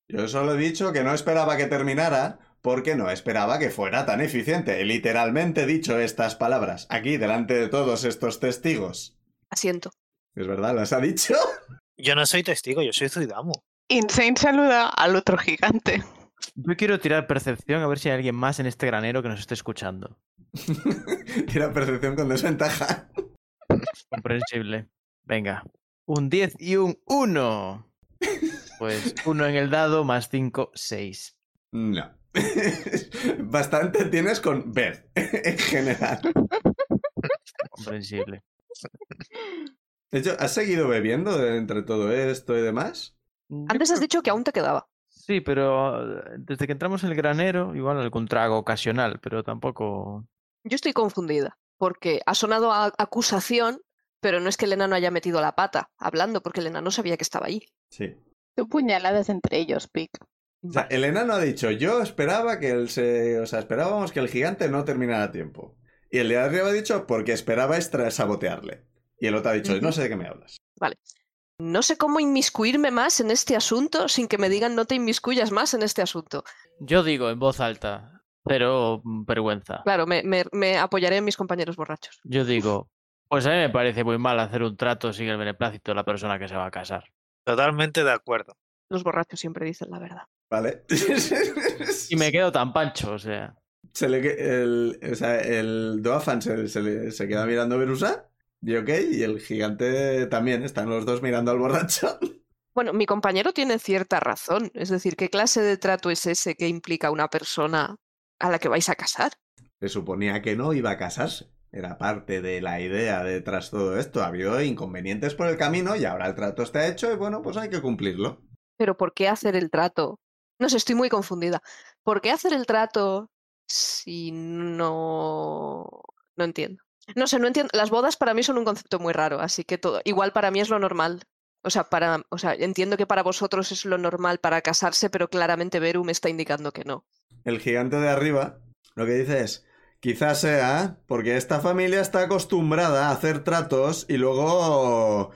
Yo solo he dicho que no esperaba que terminara porque no esperaba que fuera tan eficiente. He literalmente dicho estas palabras aquí delante de todos estos testigos. Asiento. Es verdad, las ha dicho. Yo no soy testigo, yo soy Zuidamu. Insane saluda al otro gigante. Yo quiero tirar percepción a ver si hay alguien más en este granero que nos esté escuchando. Tira percepción con desventaja. Comprensible. Venga. Un 10 y un 1. Pues 1 en el dado más 5, 6. No. Bastante tienes con ver en general. Comprensible. De hecho, ¿has seguido bebiendo de- entre todo esto y demás? Mm, Yo Antes has creo- dicho que aún te quedaba. Sí, pero eh, desde que entramos en el granero, igual algún trago ocasional, pero tampoco. Yo estoy confundida, porque ha sonado a acusación, pero no es que el enano haya metido la pata hablando, porque el enano sabía que estaba ahí. Sí. Tú puñaladas entre ellos, Pic. O sea, el enano ha dicho, yo esperaba que el se... O sea, esperábamos que el gigante no terminara a tiempo. Y el de arriba ha dicho, porque esperaba extra- sabotearle. Y el otro ha dicho, Ujú. no sé de qué me hablas. No sé cómo inmiscuirme más en este asunto sin que me digan no te inmiscuyas más en este asunto. Yo digo en voz alta, pero mm, vergüenza. Claro, me, me- me apoyaré en mis compañeros borrachos. Yo digo, pues a mí me parece muy mal hacer un trato sin el beneplácito de la persona que se va a casar. Totalmente de acuerdo. Los borrachos siempre dicen la verdad. ¿Vale? Y me quedo tan pancho, o sea. Se le que- el, o sea, el Doafan se, se le- se queda mirando a Verusa. Y ok, y el gigante también. Están los dos mirando al borracho. Bueno, mi compañero tiene cierta razón. Es decir, ¿qué clase de trato es ese que implica una persona a la que vais a casar? Se suponía que no iba a casarse. Era parte de la idea detrás de todo esto. Ha habido inconvenientes por el camino y ahora el trato está hecho y bueno, pues hay que cumplirlo. Pero ¿por qué hacer el trato? No sé, estoy muy confundida. ¿Por qué hacer el trato si no... No entiendo. No sé, no entiendo. Las bodas para mí son un concepto muy raro, así que todo... Igual para mí es lo normal. O sea, para, o sea, entiendo que para vosotros es lo normal para casarse, pero claramente Beru me está indicando que no. El gigante de arriba lo que dice es, quizás sea porque esta familia está acostumbrada a hacer tratos y luego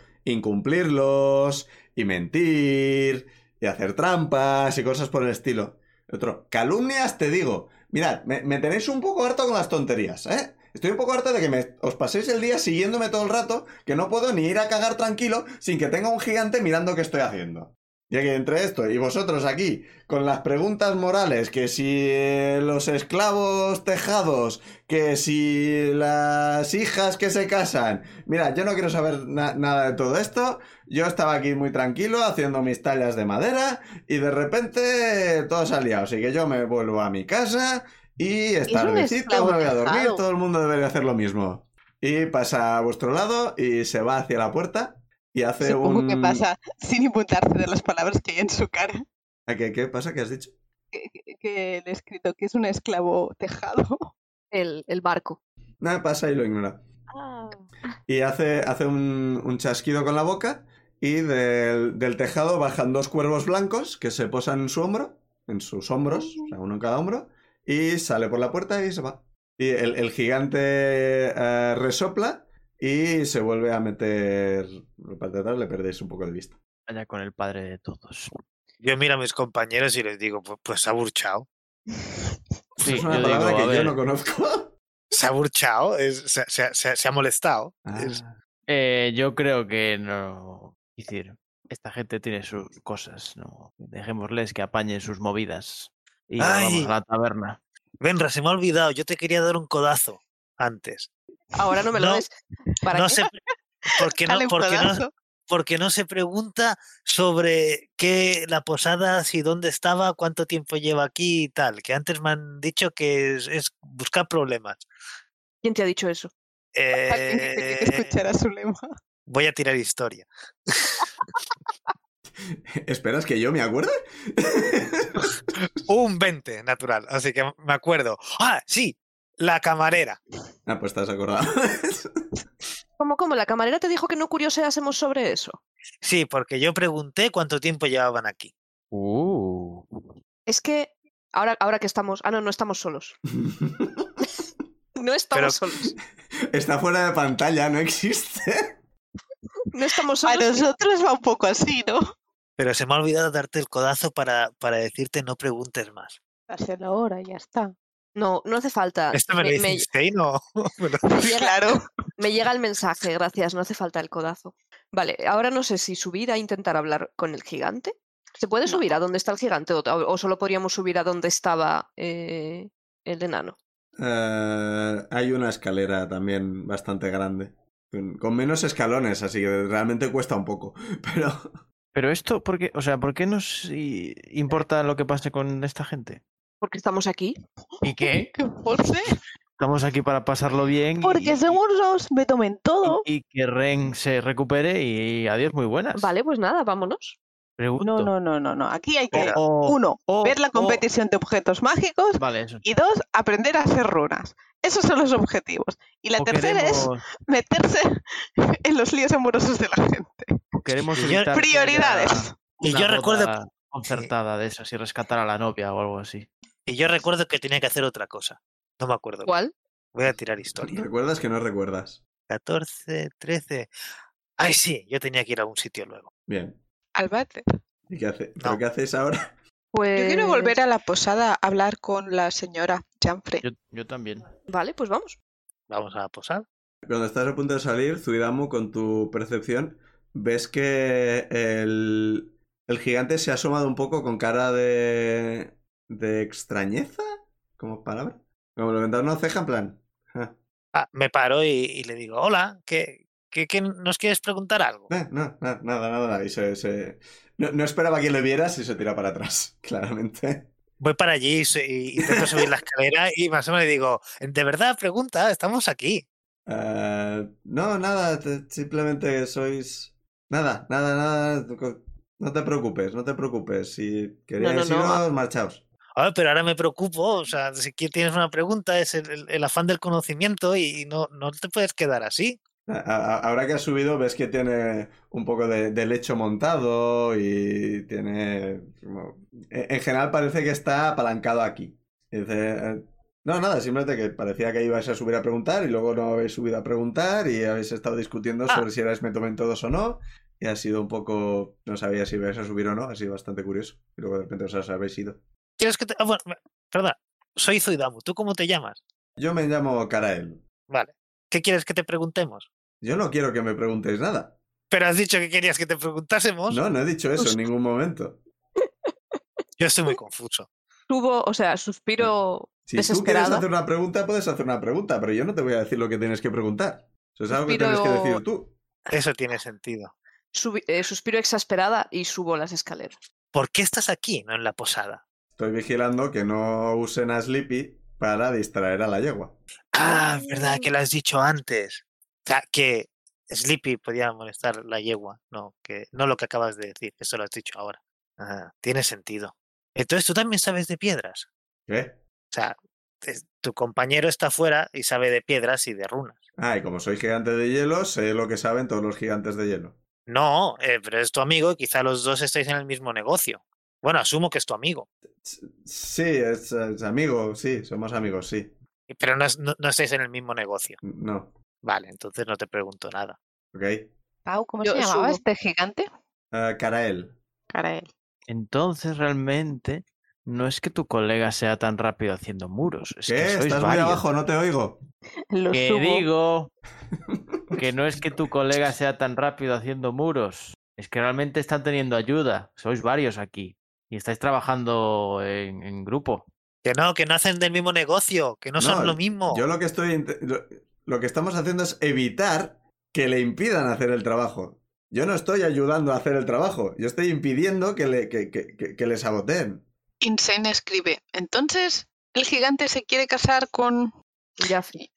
incumplirlos y mentir y hacer trampas y cosas por el estilo. Otro, calumnias te digo. Mirad, me, me tenéis un poco harto con las tonterías, ¿eh? Estoy un poco harto de que me- os paséis el día siguiéndome todo el rato, que no puedo ni ir a cagar tranquilo sin que tenga un gigante mirando qué estoy haciendo. Ya que entre esto y vosotros aquí, con las preguntas morales, que si eh, los esclavos tejados, que si las hijas que se casan. Mira, yo no quiero saber na- nada de todo esto. Yo estaba aquí muy tranquilo haciendo mis tallas de madera y de repente eh, todo se ha liado. Así que yo me vuelvo a mi casa y es un tardecito, esclavo me voy a dormir. tejado. Todo el mundo debería hacer lo mismo. Y pasa a vuestro lado y se va hacia la puerta y hace Supongo un... que pasa sin imputarse de las palabras que hay en su cara. ¿A qué, qué pasa? ¿Qué has dicho? Que, que- que le he escrito que es un esclavo tejado. El, el barco. Nada, pasa y lo ignora. Y hace, hace un, un chasquido con la boca y del, del tejado bajan dos cuervos blancos que se posan en su hombro, en sus hombros, o sea, uno en cada hombro, y sale por la puerta y se va. Y el, el gigante eh, resopla y se vuelve a meter para atrás, le perdéis un poco de vista. Vaya con el padre de todos. Yo miro a mis compañeros y les digo, pues, pues se ha burchado. Sí, es una yo palabra digo, a que yo ver, no conozco. Se ha burchado, es- se, se- se- se ha molestado. Es- Ah, eh, yo creo que no. Es decir, esta gente tiene sus cosas, ¿no? Dejémosles que apañen sus movidas. Y nos Ay. vamos a la taberna. Benra, se me ha olvidado, yo te quería dar un codazo antes. Ahora no me lo No, des. ¿Para no qué? se pre- porque no, Dale un porque no, codazo. porque no se pregunta sobre qué la posada, si dónde estaba, cuánto tiempo lleva aquí y tal. Que antes me han dicho que es, es buscar problemas. ¿Quién te ha dicho eso? Alguien que te quiere Eh, escuchar a su lema. voy a tirar historia. ¿Esperas que yo me acuerde? Un 20 natural, así que me acuerdo. Ah, sí, la camarera. Ah, pues estás acordado. ¿Cómo, cómo? La camarera te dijo que no curioseásemos sobre eso. Sí, porque yo pregunté cuánto tiempo llevaban aquí. Uh. Es que ahora, ahora que estamos. Ah, no, no estamos solos. No estamos solos. Está fuera de pantalla, no existe. No estamos A solos. nosotros va un poco así, ¿no? Pero se me ha olvidado darte el codazo para, para decirte no preguntes más. Dáselo ahora, ya está. No, no hace falta. ¿Esto Ah, me, lo Me- dice me- Einstein o...? me lo- llega- Claro. Me llega el mensaje, gracias, no hace falta el codazo. Vale, ahora no sé si subir a intentar hablar con el gigante. ¿Se puede No. subir a donde está el gigante o, o solo podríamos subir a donde estaba eh, el enano? Eh, hay una escalera también bastante grande. Con con menos escalones, así que realmente cuesta un poco. Pero Pero esto, ¿por qué? O sea, ¿por qué nos i- importa lo que pase con esta gente? Porque estamos aquí. ¿Y qué? Que force. Estamos aquí para pasarlo bien. y- Porque y- según los me tomen todo. Y, y que Ren se recupere y, adiós, muy buenas. Vale, pues nada, vámonos. Pregunto. No, no, no, no, no. Aquí hay que, Espera. O- uno, o- ver la o- competición de objetos mágicos Vale, eso. y dos, aprender a hacer runas. Esos son los objetivos. Y la O tercera es queremos, meterse en los líos amorosos de la gente. o queremos Yo- evitar que haya Prioridades. Y una yo recuerdo- boda Concertada de esas y rescatar a la novia o algo así. Y yo recuerdo que tenía que hacer otra cosa. No me acuerdo. ¿Cuál? Voy a tirar historia. recuerdas que no recuerdas. 14, 13. Ay, sí, yo tenía que ir a un sitio luego. Bien. Al váter. ¿Y qué, hace- pero No. qué hacéis ahora? Pues... Yo Eh, quiero volver a la posada a hablar con la señora Janfre. Yo, yo también. Vale, pues vamos. Vamos a la posada. Cuando estás a punto de salir, Zuidamu, con tu percepción, ves que el, el gigante se ha asomado un poco con cara de. de extrañeza, como palabra. Como levantar una ceja en plan. "Ja, Ah, me paro y, y le digo, hola, ¿qué, qué, qué nos quieres preguntar algo? Eh, no, no, nada, nada, nada. Y se- se- No, no esperaba que lo vieras y se tira para atrás, claramente. Voy para allí y, su- y intento subir la escalera y más o menos le digo, de verdad, pregunta, estamos aquí. Eh, no, nada, te- simplemente sois... Nada, nada, nada. co- No te preocupes, no te preocupes. Si queréis no, no, iros, marchaos. Ah, pero ahora me preocupo, o sea, si qui- tienes una pregunta, es el, el- el afán del conocimiento y, y no, no te puedes quedar así. A- a- Ahora que has subido, ves que tiene un poco de, de lecho montado y tiene. como- e, En en general parece que está apalancado aquí. Y dice, eh, No, nada, simplemente que parecía que ibais a subir a preguntar y luego no habéis subido a preguntar y habéis estado discutiendo Ah. sobre si erais me tomen todos o no. Y ha sido un poco. No sabía si ibais a subir o no, ha sido bastante curioso. Y luego de repente os has- habéis ido. ¿Quieres que te... ah, bueno, me- perdona, soy Zuidamu, ¿tú cómo te llamas? Yo me llamo Karael. Vale. ¿Qué quieres que te preguntemos? Yo no quiero que me preguntéis nada. Pero has dicho que querías que te preguntásemos. No, no he dicho eso en ningún momento. Yo estoy muy confuso. Subo, o sea, suspiro. Si tú quieres Desesperada. hacer una pregunta, puedes hacer una pregunta, pero yo no te voy a decir lo que tienes que preguntar. Eso es algo que Pero- tienes que decir tú. Eso tiene sentido. subi- eh, suspiro exasperada y subo las escaleras. ¿Por qué estás aquí, no en la posada? Estoy vigilando que no usen a Sleepy para distraer a la yegua. Ah, es verdad que lo has dicho antes. O sea, que Sleepy podía molestar la yegua. No, que no lo que acabas de decir. Eso lo has dicho ahora. Ah, tiene sentido. Entonces tú también sabes de piedras. ¿Qué? O sea, es- tu compañero está fuera y sabe de piedras y de runas. Ah, y como soy gigante de hielo, sé lo que saben todos los gigantes de hielo. No, eh, pero es tu amigo y quizá los dos estáis en el mismo negocio. Bueno, asumo que es tu amigo. Sí, es, es amigo, sí, somos amigos, sí. y- Pero no, es- no- no estáis en el mismo negocio. No, Vale, entonces no te pregunto nada. ok. Pau, ¿cómo Yo se llamaba subo. este gigante? Ah, Carael. Cara él. Entonces realmente no es que tu colega sea tan rápido haciendo muros. Es ¿Qué? Que sois Estás muy varios. abajo, no te oigo. Lo Que subo. digo que no es que tu colega sea tan rápido haciendo muros. Es que realmente están teniendo ayuda. Sois varios aquí. Y estáis trabajando en, en grupo. Que no, que no hacen del mismo negocio, que no, son No, lo mismo. Yo lo que estoy. int- lo- Lo que estamos haciendo es evitar que le impidan hacer el trabajo. Yo no estoy ayudando a hacer el trabajo. Yo estoy impidiendo que le, que, que- que- que le saboteen. Insane escribe. Entonces, el gigante se quiere casar con. Jaffrey.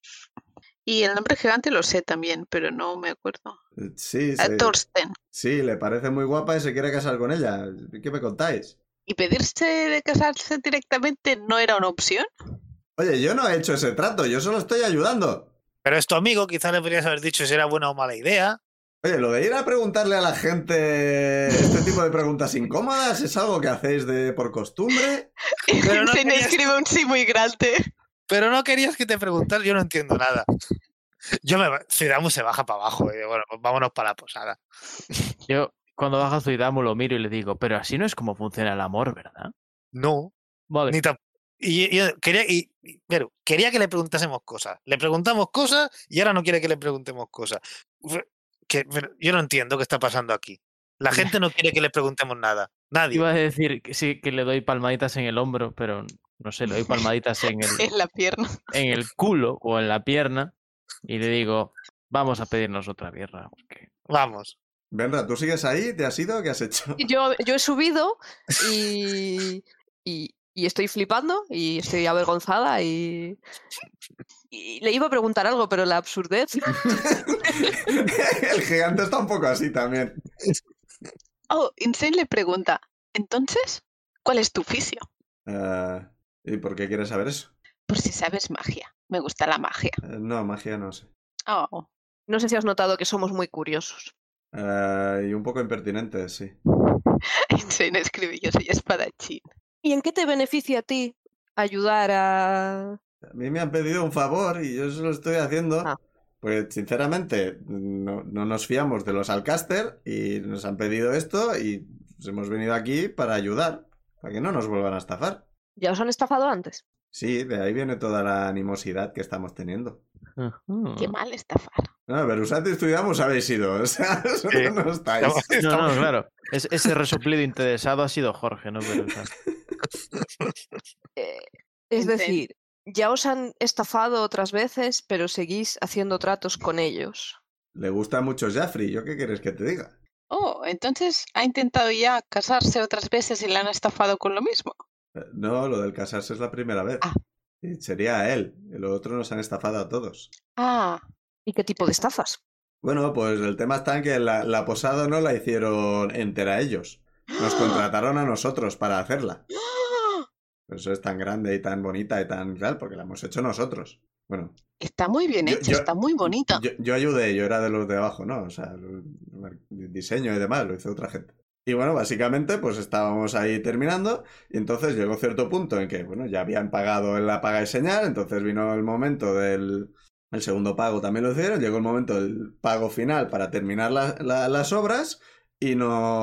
Y el nombre gigante lo sé también, pero no me acuerdo. Eh, Sí, A sí, Thorsten. sí, le parece muy guapa y se quiere casar con ella. ¿Qué me contáis? ¿Y pedirse de casarse directamente no era una opción? Oye, yo no he hecho ese trato, yo solo estoy ayudando. Pero es tu amigo, quizá le podrías haber dicho si era buena o mala idea. Oye, lo de ir a preguntarle a la gente este tipo de preguntas incómodas es algo que hacéis de por costumbre. Pero no Insane querías- escribe un sí muy grande. Pero no querías que te preguntara, yo no entiendo nada. Yo me ba- Zuidamu se baja para abajo y digo, bueno, pues vámonos para la posada. Yo cuando baja Zuidamu lo miro y le digo, pero así no es como funciona el amor, ¿verdad? No, Vale. ni tamp- Y, y- quería, y- y- pero quería que le preguntásemos cosas. Le preguntamos cosas y ahora no quiere que le preguntemos cosas. Uf, que- pero yo no entiendo qué está pasando aquí. La gente no quiere que le preguntemos nada. Nadie. Iba a decir que sí, que le doy palmaditas en el hombro, pero no sé, le doy palmaditas en el, Es la pierna. en el culo o en la pierna y le digo, vamos a pedirnos otra birra. porque Vamos. Benra, ¿tú sigues ahí? ¿Te has ido? ¿Qué has hecho? Y Yo, yo he subido y, y- y estoy flipando y estoy avergonzada y, y le iba a preguntar algo, pero la absurdez. El gigante está un poco así también. Oh, Insane le pregunta. Entonces, ¿cuál es tu oficio? Ah, ¿Y por qué quieres saber eso? Por si sabes magia. Me gusta la magia. Eh, No, magia no sé. Oh, No sé si has notado que somos muy curiosos. Ah, y un poco impertinente, sí. Insane escribe. Yo soy espadachín. ¿Y en qué te beneficia a ti ayudar a... A mí me han pedido un favor y yo se lo estoy haciendo. Ah. Pues sinceramente, no, no nos fiamos de los Alcaster y nos han pedido esto y pues, hemos venido aquí para ayudar, para que no nos vuelvan a estafar. ¿Ya os han estafado antes? Sí, de ahí viene toda la animosidad que estamos teniendo. Qué Mm. Ujú. mal estafar. No, pero Usati estudiamos habéis ido, o sea, eso Sí. no estáis. No, no, claro. Es- ese resoplido interesado ha sido Jorge, ¿no? Pero, o sea, Eh, es Enten- decir, ya os han estafado otras veces, pero seguís haciendo tratos con ellos. Le gusta mucho Jaffrey, ¿yo qué quieres que te diga? Oh, entonces ha intentado ya casarse otras veces y la han estafado con lo mismo. Eh, No, lo del casarse es la primera vez. Ah. Y Sería a él. El otro nos han estafado a todos. Ah, ¿Y qué tipo de estafas? Bueno, pues el tema está en que la, la posada no la hicieron entera ellos. Nos contrataron a nosotros para hacerla. ¡Ah! Por eso es tan grande y tan bonita y tan tal, porque la hemos hecho nosotros. Bueno, está muy bien Yo- hecha, yo- está muy bonita. yo, yo ayudé, yo era de los de abajo, ¿no? O sea, el el diseño y demás lo hizo otra gente. Y bueno, básicamente, pues estábamos ahí terminando, y entonces llegó cierto punto en que, bueno, ya habían pagado en la paga y señal, entonces vino el momento del. El segundo pago también lo hicieron, llegó el momento del pago final para terminar la- la- las obras, y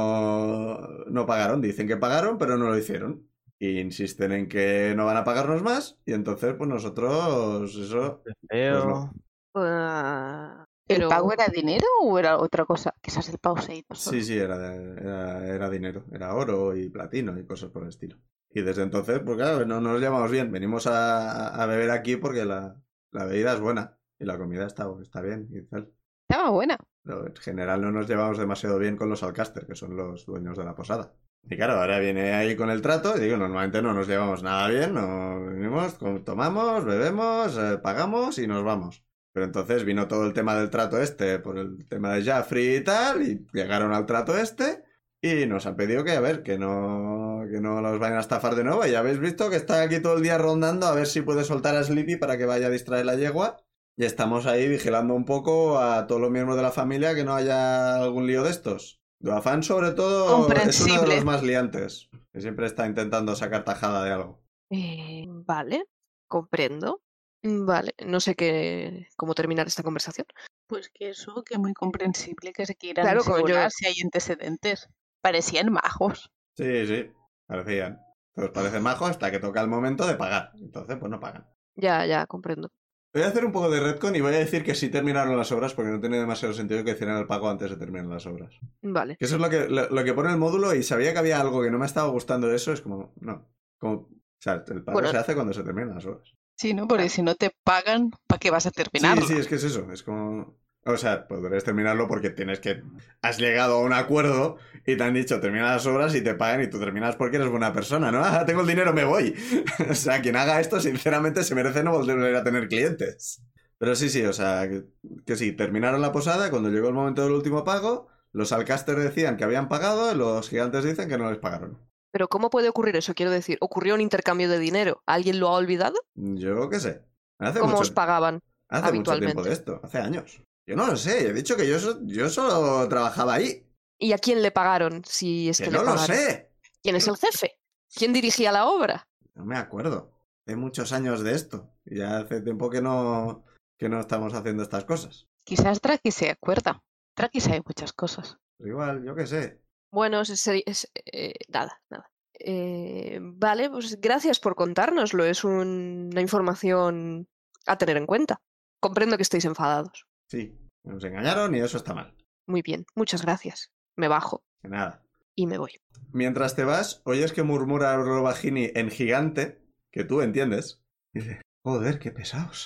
no. No pagaron. Dicen que pagaron, pero no lo hicieron. Y insisten en que no van a pagarnos más, y entonces, pues nosotros. Eso. feo. no. Ah, ¿El Pero- pago era dinero o era otra cosa? Quizás el pago se ha ido solo. Sí, sí, era, de- era, era dinero. Era oro y platino y cosas por el estilo. Y desde entonces, pues claro, no, no nos llamamos bien. Venimos a, a beber aquí porque la, la bebida es buena y la comida está, está bien y tal. Estaba buena. Pero en general no nos llevamos demasiado bien con los Alcaster, que son los dueños de la posada. Y claro, ahora viene ahí con el trato y digo, normalmente no nos llevamos nada bien, no venimos, com- tomamos, bebemos, eh, pagamos y nos vamos. Pero entonces vino todo el tema del trato este, por el tema de Jaffrey y tal, y llegaron al trato este y nos han pedido que, a ver, que no, que no los vayan a estafar de nuevo. Y ya habéis visto que está aquí todo el día rondando a ver si puede soltar a Sleepy para que vaya a distraer la yegua. Y estamos ahí vigilando un poco a todos los miembros de la familia que no haya algún lío de estos. Duafán, sobre todo, es uno de Comprensible. los más liantes, que siempre está intentando sacar tajada de algo. Eh, vale, comprendo. Mm, Vale, no sé qué, cómo terminar esta conversación. Pues que eso, que muy comprensible que se quieran Claro, claro, como yo- si hay antecedentes. Parecían majos. Sí, sí, parecían. Pero os parece majo hasta que toca el momento de pagar. Entonces, pues no pagan. Ya, ya, comprendo. Voy a hacer un poco de retcon y voy a decir que sí terminaron las obras porque no tiene demasiado sentido que hicieran el pago antes de terminar las obras. Vale. Que eso es lo que, lo, lo que pone el módulo y sabía que había algo que no me estaba gustando de eso. Es como, no. Como, o sea, el pago Bueno. se hace cuando se terminan las obras. Sí, ¿no? Porque si no te pagan, ¿para qué vas a terminarlo? Sí, sí, es que es eso. Es como. O sea, podrías terminarlo porque tienes que. Has llegado a un acuerdo y te han dicho termina las obras y te pagan y tú terminas porque eres buena persona, ¿no? Ah, tengo el dinero, me voy. o sea, quien haga esto, sinceramente, se merece no volver a tener clientes. Pero sí, sí, o sea, que, que sí, terminaron la posada, cuando llegó el momento del último pago, los alcáster decían que habían pagado, los gigantes dicen que no les pagaron. Pero ¿cómo puede ocurrir eso? Quiero decir, ¿ocurrió un intercambio de dinero? ¿Alguien lo ha olvidado? Yo qué sé. Hace ¿Cómo mucho- os pagaban? Hace mucho tiempo habitualmente. de esto, hace años. Yo no lo sé, he dicho que yo, so- yo solo trabajaba ahí. ¿Y a quién le pagaron? Si es que, que le no lo pagaron. sé. ¿Quién es el jefe? ¿Quién dirigía la obra? No me acuerdo. Hace muchos años de esto. Y ya hace tiempo que no, que no estamos haciendo estas cosas. Quizás Traki se acuerda. Traki sabe muchas cosas. Pero igual, yo qué sé. Bueno, es, es- es- eh, nada, nada. Eh, vale, pues gracias por contárnoslo. Es un- una información a tener en cuenta. Comprendo que estéis enfadados. Sí, nos engañaron y eso está mal. Muy bien, muchas gracias. Me bajo Que nada. y me voy. Mientras te vas, oyes que murmura Robagini en gigante, que tú entiendes. Y dice, joder, qué pesados.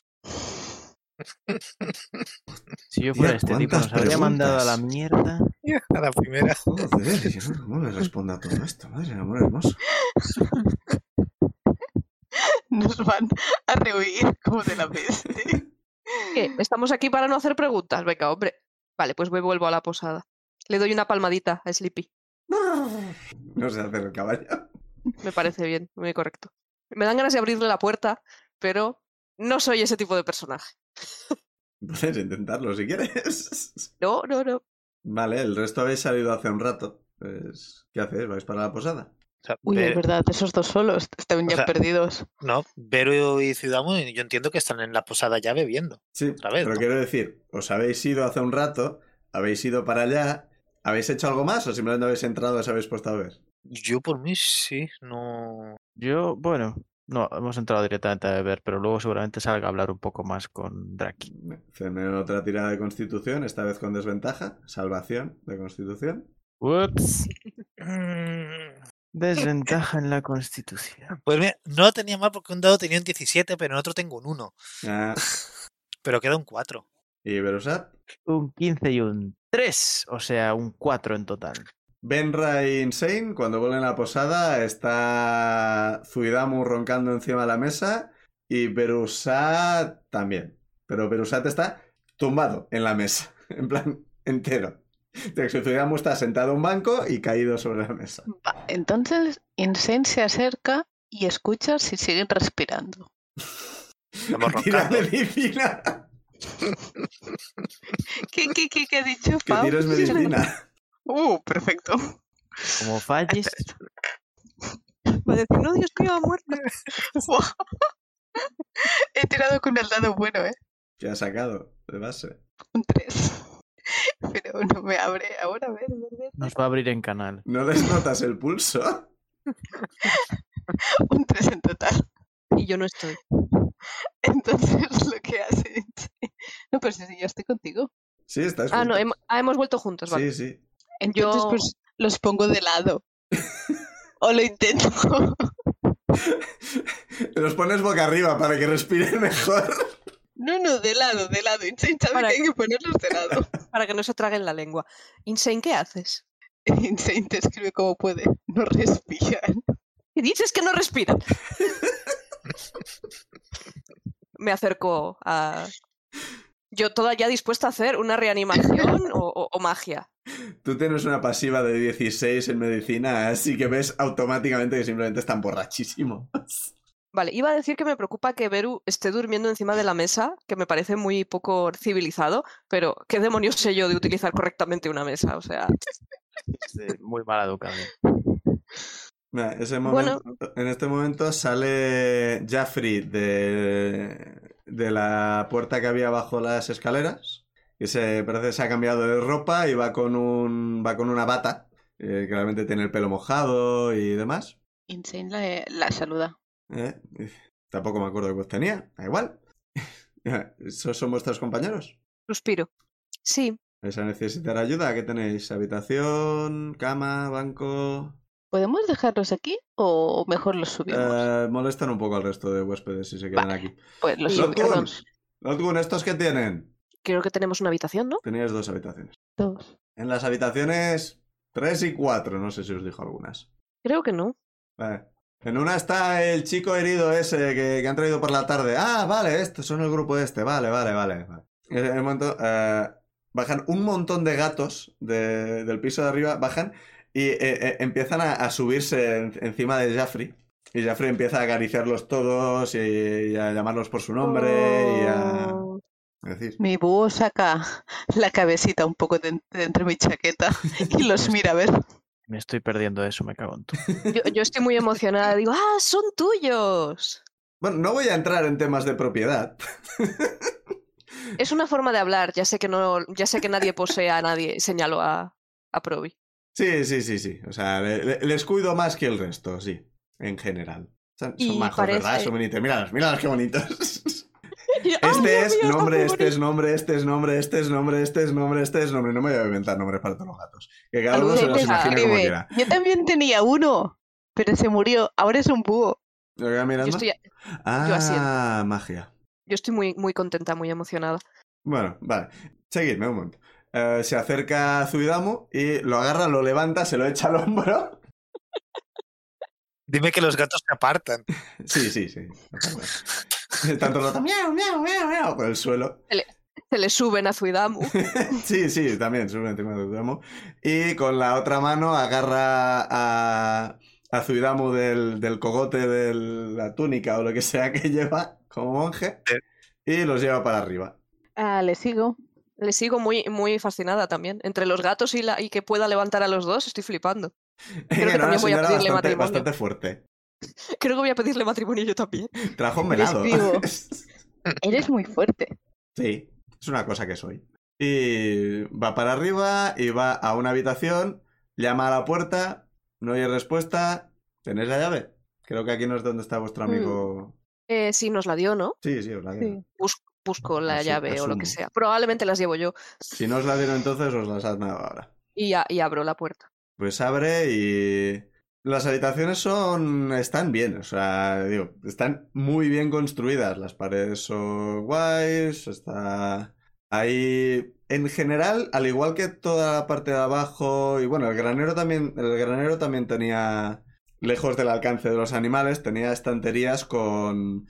Si yo fuera Tía, este tipo, ¿cuántas nos habría mandado a la preguntas? mierda. A la primera. Joder, yo no sé cómo le respondo a todo esto. Madre del amor hermoso. Nos van a rehuir como de la peste. ¿Qué? Eh, Estamos aquí para no hacer preguntas. Venga, hombre. Vale, pues me vuelvo a la posada. Le doy una palmadita a Sleepy. No sé hacer el caballo. Me parece bien, muy correcto. Me dan ganas de abrirle la puerta, pero no soy ese tipo de personaje. Puedes intentarlo si quieres. No, no, no. Vale, el resto habéis salido hace un rato. Pues, ¿Qué hacéis? ¿Vais para la posada? O sea, Uy, es Ver- verdad, esos dos solos estaban O ya sea, perdidos. no, Vero y Ciudadamo, yo entiendo que están en la posada ya bebiendo. Sí, Otra vez, pero ¿no? quiero decir, os habéis ido hace un rato, habéis ido para allá, ¿habéis hecho algo más o simplemente habéis entrado y os habéis puesto a ver? Yo por mí sí, no. Yo, bueno, no, hemos entrado directamente a beber, pero luego seguramente salga a hablar un poco más con Draki. Hacedme otra tirada de constitución, esta vez con desventaja, salvación de constitución. Ups. Mm, Desventaja en la constitución. Pues mira, no lo tenía mal porque un dado tenía un 17, pero en otro tengo un 1. Ah, Pero queda un 4. y Verosat, Un 15 y un 3, o sea, un 4 en total. Benra y Insane, cuando vuelven a la posada, está Zuidamu roncando encima de la mesa y Berusat también. Pero Berusat está tumbado en la mesa, en plan entero. O sea, que Zuidamu está sentado en un banco y caído sobre la mesa. Va, Entonces, Insane se acerca y escucha si siguen respirando. Estamos Tira roncando. medicina. ¿Qué, qué, qué, qué ha dicho Que Pau? tires medicina. Uh, perfecto. Como falles, Va a decir, no, Dios mío, ha muerto. Guau. He tirado con el dado bueno, ¿eh? Que ha sacado de base. Un 3. Pero no me abre. Ahora, a ver, a ver, a ver. nos va a abrir en canal. ¿No les notas el pulso? Un 3 en total. Y yo no estoy. Entonces, lo que hace. No, pero si si yo estoy contigo. Sí, estáis Ah, no, juntos. hem- ah, hemos vuelto juntos, vale. Sí, sí. Entonces, Yo- pues los pongo de lado. o lo intento. Los pones boca arriba para que respiren mejor. no, no, de lado, de lado. Insane Para- que hay que ponerlos de lado. Para que no se traguen la lengua. Insane, ¿qué haces? Insane te escribe como puede. No respiran. Y dices que no respiran. Me acerco a. Yo toda ya dispuesta a hacer una reanimación o, o- o magia. Tú tienes una pasiva de 16 en medicina, así que ves automáticamente que simplemente están borrachísimos. Vale, iba a decir que me preocupa que Beru esté durmiendo encima de la mesa, que me parece muy poco civilizado, pero ¿qué demonios sé yo de utilizar correctamente una mesa? O sea, Sí, Muy mal educado. Nah, ese momento- En este momento sale Jaffrey de, de la puerta que había bajo las escaleras. Y se parece que se ha cambiado de ropa y va con un. va con una bata. eh, claramente tiene el pelo mojado y demás. Insane la, la saluda. Eh, eh, Tampoco me acuerdo qué voz tenía. Da igual. ¿Esos son vuestros compañeros? suspiro. Sí, ¿Vais a necesitar ayuda? ¿Qué tenéis? ¿Habitación? ¿Cama? ¿Banco? ¿Podemos dejarlos aquí o mejor los subimos? Eh, molestan un poco al resto de huéspedes si se quedan aquí. pues los Los subimos. Lotgun, ¿estos qué tienen? creo que tenemos una habitación, ¿no? Teníais dos habitaciones. Dos. En las habitaciones 3 y 4, no sé si os dijo algunas. Creo que no. Vale. En una está el chico herido ese que, que han traído por la tarde. Ah, vale, estos son el grupo este. Vale, vale, vale. vale. En el momento, eh, bajan un montón de gatos de- del piso de arriba, bajan y eh, eh, empiezan a, a subirse en- encima de Jaffrey. Y Jaffrey empieza a acariciarlos todos y, y a llamarlos por su nombre y a... Oh. Es decir, Mi búho saca la cabecita un poco de, en- de entre mi chaqueta y los mira a ver. Me estoy perdiendo eso, me cago en todo. Yo, yo estoy muy emocionada. Digo, ¡ah, son tuyos! Bueno, no voy a entrar en temas de propiedad. Es una forma de hablar, ya sé que no, ya sé que nadie posee a nadie, señalo a, a Proby. Sí, sí, sí, sí. O sea, le- le- les cuido más que el resto, sí. En general. Son, son Y majos, parece- ¿verdad? Son bonitos. Míralos, míralos qué bonitos. Y- ¡Ay, Este Dios es mío, está nombre, muy este es nombre, este es nombre, este es nombre, este es nombre, este es nombre. No me voy a inventar nombres para todos los gatos. Que cada uno se Alguien los te imagine como escribe, quiera. Yo también tenía uno, pero se murió. Ahora es un búho. ¿Lo que va Yo mirando? estoy, ah, asiento. magia. yo estoy muy, muy contenta, muy emocionada. Bueno, vale. Seguidme un momento. Eh, se acerca a Zuidamu y lo agarra, lo levanta, se lo echa al hombro. Dime que los gatos se apartan. Sí, sí, sí. no pasa nada. Tanto rato, miau, miau, miau, miau, por el suelo. Se le suben a Zuidamu. Sí, sí, también, sube encima de Zuidamu. Y con la otra mano agarra a, a Zuidamu del, del cogote de la túnica o lo que sea que lleva como monje Sí. y los lleva para arriba. Ah, le sigo. Le sigo muy, muy fascinada también. Entre los gatos y, la, y que pueda levantar a los dos, estoy flipando. Creo que Era una también voy a señora pedirle bastante, matrimonio. bastante fuerte. Creo que voy a pedirle matrimonio yo también. Trajo un venado. escribo. sí, Eres muy fuerte. es una cosa que soy. Y va para arriba y va a una habitación, llama a la puerta, no hay respuesta. ¿Tenéis la llave? Creo que aquí no es donde está vuestro Mm. amigo. Eh, sí, nos la dio, ¿no? Sí, sí, os la dieron. Busco la Asu- llave o lo que asumo. sea. Probablemente las llevo yo Si no os la dieron entonces, os las han dado ahora. y, a- y abro la puerta. Pues abre y... Las habitaciones son... están bien, o sea, digo, están muy bien construidas. Las paredes son guays, está... Ahí, en general, al igual que toda la parte de abajo, y bueno, el granero también, el granero también tenía, lejos del alcance de los animales, tenía estanterías con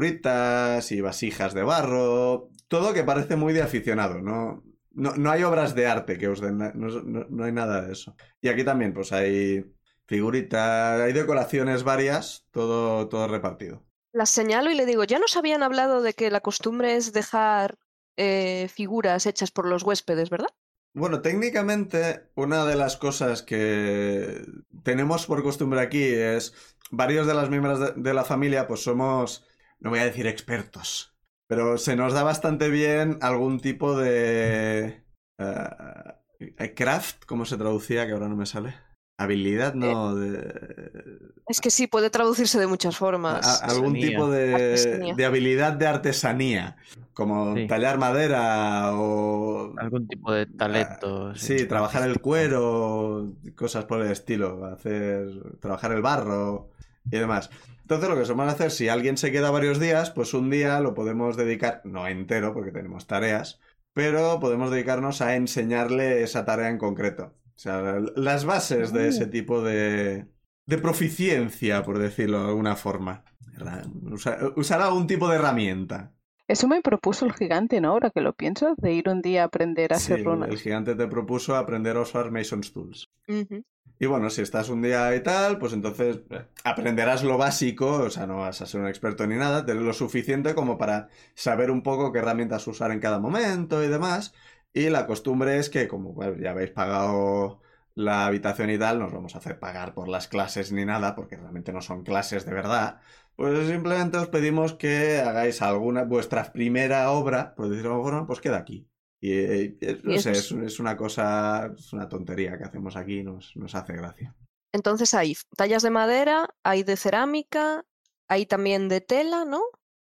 figuritas y vasijas de barro, todo que parece muy de aficionado, ¿no? No, no hay obras de arte que os den, na- no, no- no hay nada de eso. Y aquí también, pues hay figuritas, hay decoraciones varias, todo, todo repartido. Las señalo y le digo, ya nos habían hablado de que la costumbre es dejar eh, figuras hechas por los huéspedes, ¿verdad? Bueno, técnicamente una de las cosas que tenemos por costumbre aquí es varios de las miembros de, de la familia pues somos, no voy a decir expertos, pero se nos da bastante bien algún tipo de eh, craft, ¿cómo se traducía? Que ahora no me sale. Habilidad, no, de... Es que sí, puede traducirse de muchas a- formas. algún Artesanía. tipo de, Artesanía. de habilidad de artesanía. como Sí. tallar madera o... Algún tipo de talento. Sí, trabajar el cuero, cosas por el estilo, hacer, trabajar el barro y demás. Entonces lo que solemos hacer, si alguien se queda varios días, pues un día lo podemos dedicar, no entero porque tenemos tareas, pero podemos dedicarnos a enseñarle esa tarea en concreto. O sea, las bases de ese tipo de, de proficiencia, por decirlo de alguna forma. Ra- usa- usar algún tipo de herramienta. Eso me propuso el gigante, ¿no? Ahora que lo pienso, de ir un día a aprender a Sí, hacer runas. el gigante te propuso aprender a usar Mason's Tools. Ujú. Y bueno, si estás un día y tal, pues entonces eh, aprenderás lo básico, o sea, no vas a ser un experto ni nada, te- lo suficiente como para saber un poco qué herramientas usar en cada momento y demás. Y la costumbre es que, como bueno, ya habéis pagado la habitación y tal, no os vamos a hacer pagar por las clases ni nada, porque realmente no son clases de verdad. Pues simplemente os pedimos que hagáis alguna, vuestra primera obra, por decirlo de alguna forma, pues queda aquí. Y, eh, eh, no Y eso sé, es- es, es una cosa, es una tontería que hacemos aquí, nos, nos hace gracia. Entonces hay tallas de madera, hay de cerámica, hay también de tela, ¿no?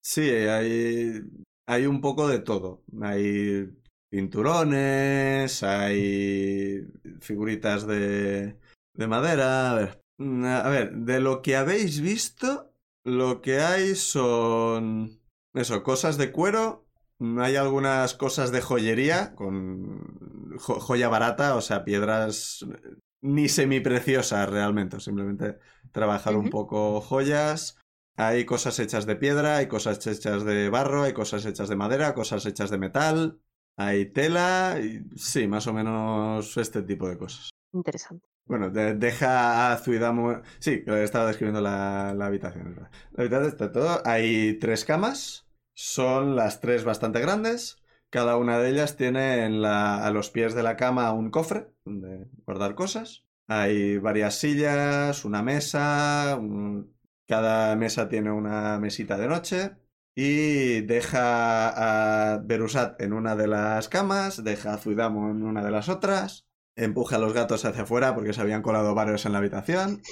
Sí, hay, hay un poco de todo. Hay pinturones, hay figuritas de, de madera. A ver, mm, a ver, de lo que habéis visto, lo que hay son eso, cosas de cuero. mm, Hay algunas cosas de joyería con jo- joya barata, o sea, piedras eh, ni semipreciosas realmente, simplemente trabajar un Ujú. poco joyas. Hay cosas hechas de piedra, hay cosas hechas de barro, hay cosas hechas de madera, cosas hechas de metal, hay tela, y sí, más o menos este tipo de cosas. Interesante. Bueno, de- deja a Zuidamu... Sí, que estaba describiendo la, la habitación. es verdad. La habitación está todo. Hay tres camas, son las tres bastante grandes. Cada una de ellas tiene en la- a los pies de la cama un cofre de guardar cosas. Hay varias sillas, una mesa, un- cada mesa tiene una mesita de noche. Y deja a Berusat en una de las camas, deja a Zuidamu en una de las otras empuja a los gatos hacia afuera porque se habían colado varios en la habitación.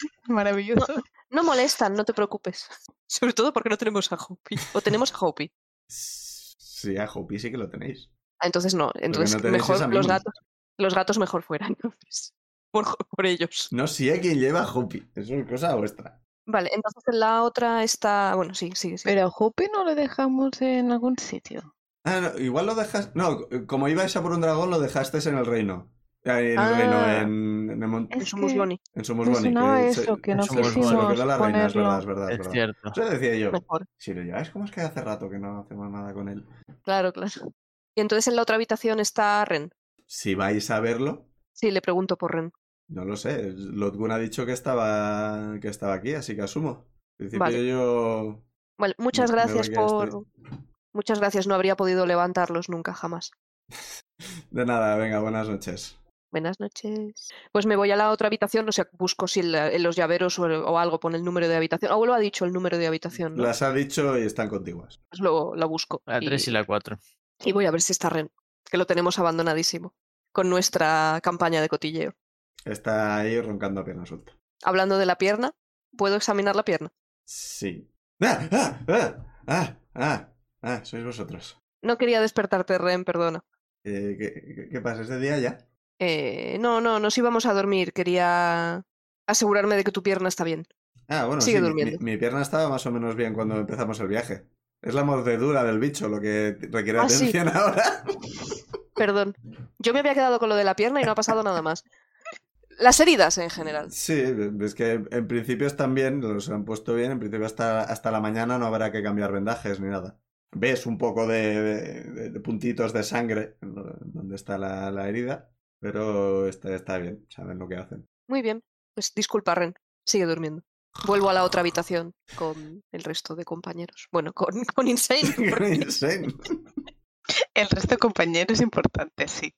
Maravilloso. No molestan, no te preocupes. Sobre todo porque no tenemos a Hopi. O tenemos a Hopi. Sí, a Hopi sí que lo tenéis. Ah, Entonces no, entonces no tenéis mejor esa los mínima. gatos, los gatos mejor fuera, entonces, por, por ellos. No, sí hay quien lleva a Hopi. Eso es cosa vuestra. Vale, entonces en la otra está, bueno, sí, sí, sí. Pero a Hopi no lo dejamos en algún sitio. Ah, no, igual lo dejas. No, como ibais a por un dragón, lo dejasteis en el reino. Ah, En el Ah. reino, en, en, el mon- Es Es un que musgoni, en me Sumusboni. sonaba que eso, se- que no es un musgoni, quisimos se lo quedó la reina, es verdad, es ponerlo. verdad. Es Es verdad. cierto. Eso decía yo. mejor. Si lo lleváis, como es que hace rato que no hacemos nada con él? Claro, claro. Y entonces en la otra habitación está Ren. Si vais a verlo, Sí, le pregunto por Ren. No lo sé. Lotgun ha dicho que estaba, que estaba aquí, así que asumo. En principio Vale. yo... Bueno, muchas Me- me gracias voy a por, este. muchas gracias. No habría podido levantarlos nunca jamás. De nada, venga, buenas noches. Buenas noches. Pues me voy a la otra habitación, no sé, busco si en, la- en los llaveros o, o algo pone el número de habitación. Abuelo ha dicho el número de habitación, ¿no? Las ha dicho y están contiguas. Pues lo, lo busco. La 3 y la 4. Y voy a ver si está Ren, que lo tenemos abandonadísimo con nuestra campaña de cotilleo. Está ahí roncando a pierna suelta. Hablando de la pierna, ¿puedo examinar la pierna? Sí. ¡Ah! ¡Ah! ¡Ah! ¡Ah! ¡Ah! ¡Ah! Sois vosotros. No quería despertarte, Ren, perdona. Eh, ¿qué, qué- qué pasa? ¿Es de día ya? Eh, no, no, nos íbamos a dormir. Quería asegurarme de que tu pierna está bien. Ah, bueno, Sigue sí, mi- durmiendo. Mi, mi pierna estaba más o menos bien cuando empezamos el viaje. Es la mordedura del bicho lo que requiere Ah, sí. atención ahora. Perdón. Yo me había quedado con lo de la pierna y no ha pasado nada más. Las heridas en general. Sí, es que en principio están bien, los han puesto bien, en principio hasta, hasta la mañana no habrá que cambiar vendajes ni nada. Ves un poco de, de- de puntitos de sangre en lo- donde está la, la herida, pero está, está bien, saben lo que hacen. Muy bien. Pues disculpa, Ren. Sigue durmiendo. Vuelvo a la otra habitación con el resto de compañeros. Bueno, con, con Insane. porque- Insane. El resto de compañeros importantes, sí.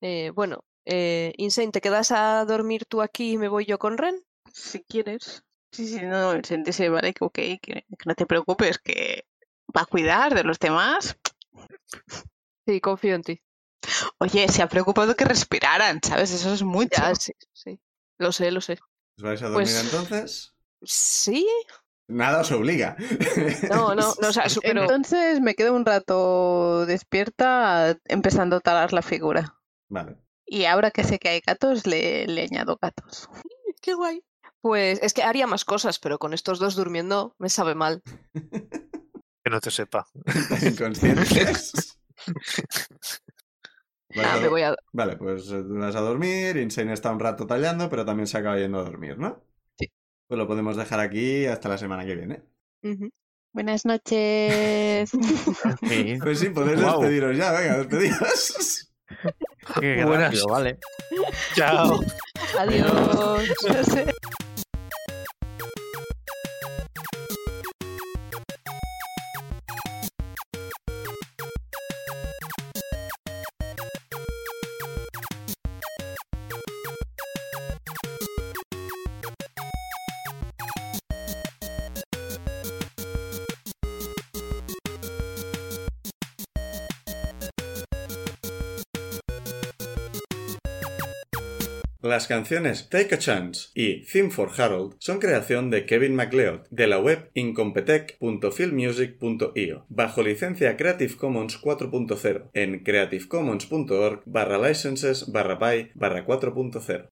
Eh, bueno, eh, Insane, ¿te quedas a dormir tú aquí y me voy yo con Ren? Si quieres. Sí, sí, no, el Senti se vale, que ok, que, que no te preocupes, que va a cuidar de los demás. Sí, confío en ti. Oye, se ha preocupado que respiraran, ¿sabes? Eso es mucho. Ya, sí, sí. Lo sé, lo sé. ¿Os vais a dormir Pues- entonces? Sí, Nada os obliga. No, no, no, o sea, su- pero Entonces me quedo un rato despierta empezando a talar la figura. Vale. Y ahora que sé que hay gatos, le, le añado gatos. qué guay. Pues es que haría más cosas, pero con estos dos durmiendo me sabe mal. Que no te sepa. Tan inconscientes. Vale, Nada, me voy a... vale, pues eh, tú vas a dormir. Insane está un rato tallando, pero también se acaba yendo a dormir, ¿no? Sí. Pues lo podemos dejar aquí hasta la semana que viene. Ujú. Buenas noches. Sí, Pues sí, podéis Guau. despediros ya, venga, despedidos. qué Buenas. rápido, vale. Chao. Adiós. Las canciones Take a Chance y Theme for Harold son creación de Kevin MacLeod de la web incompetech.filmmusic.io bajo licencia Creative Commons 4.0 en creativecommons.org barra licenses barra by barra 4.0.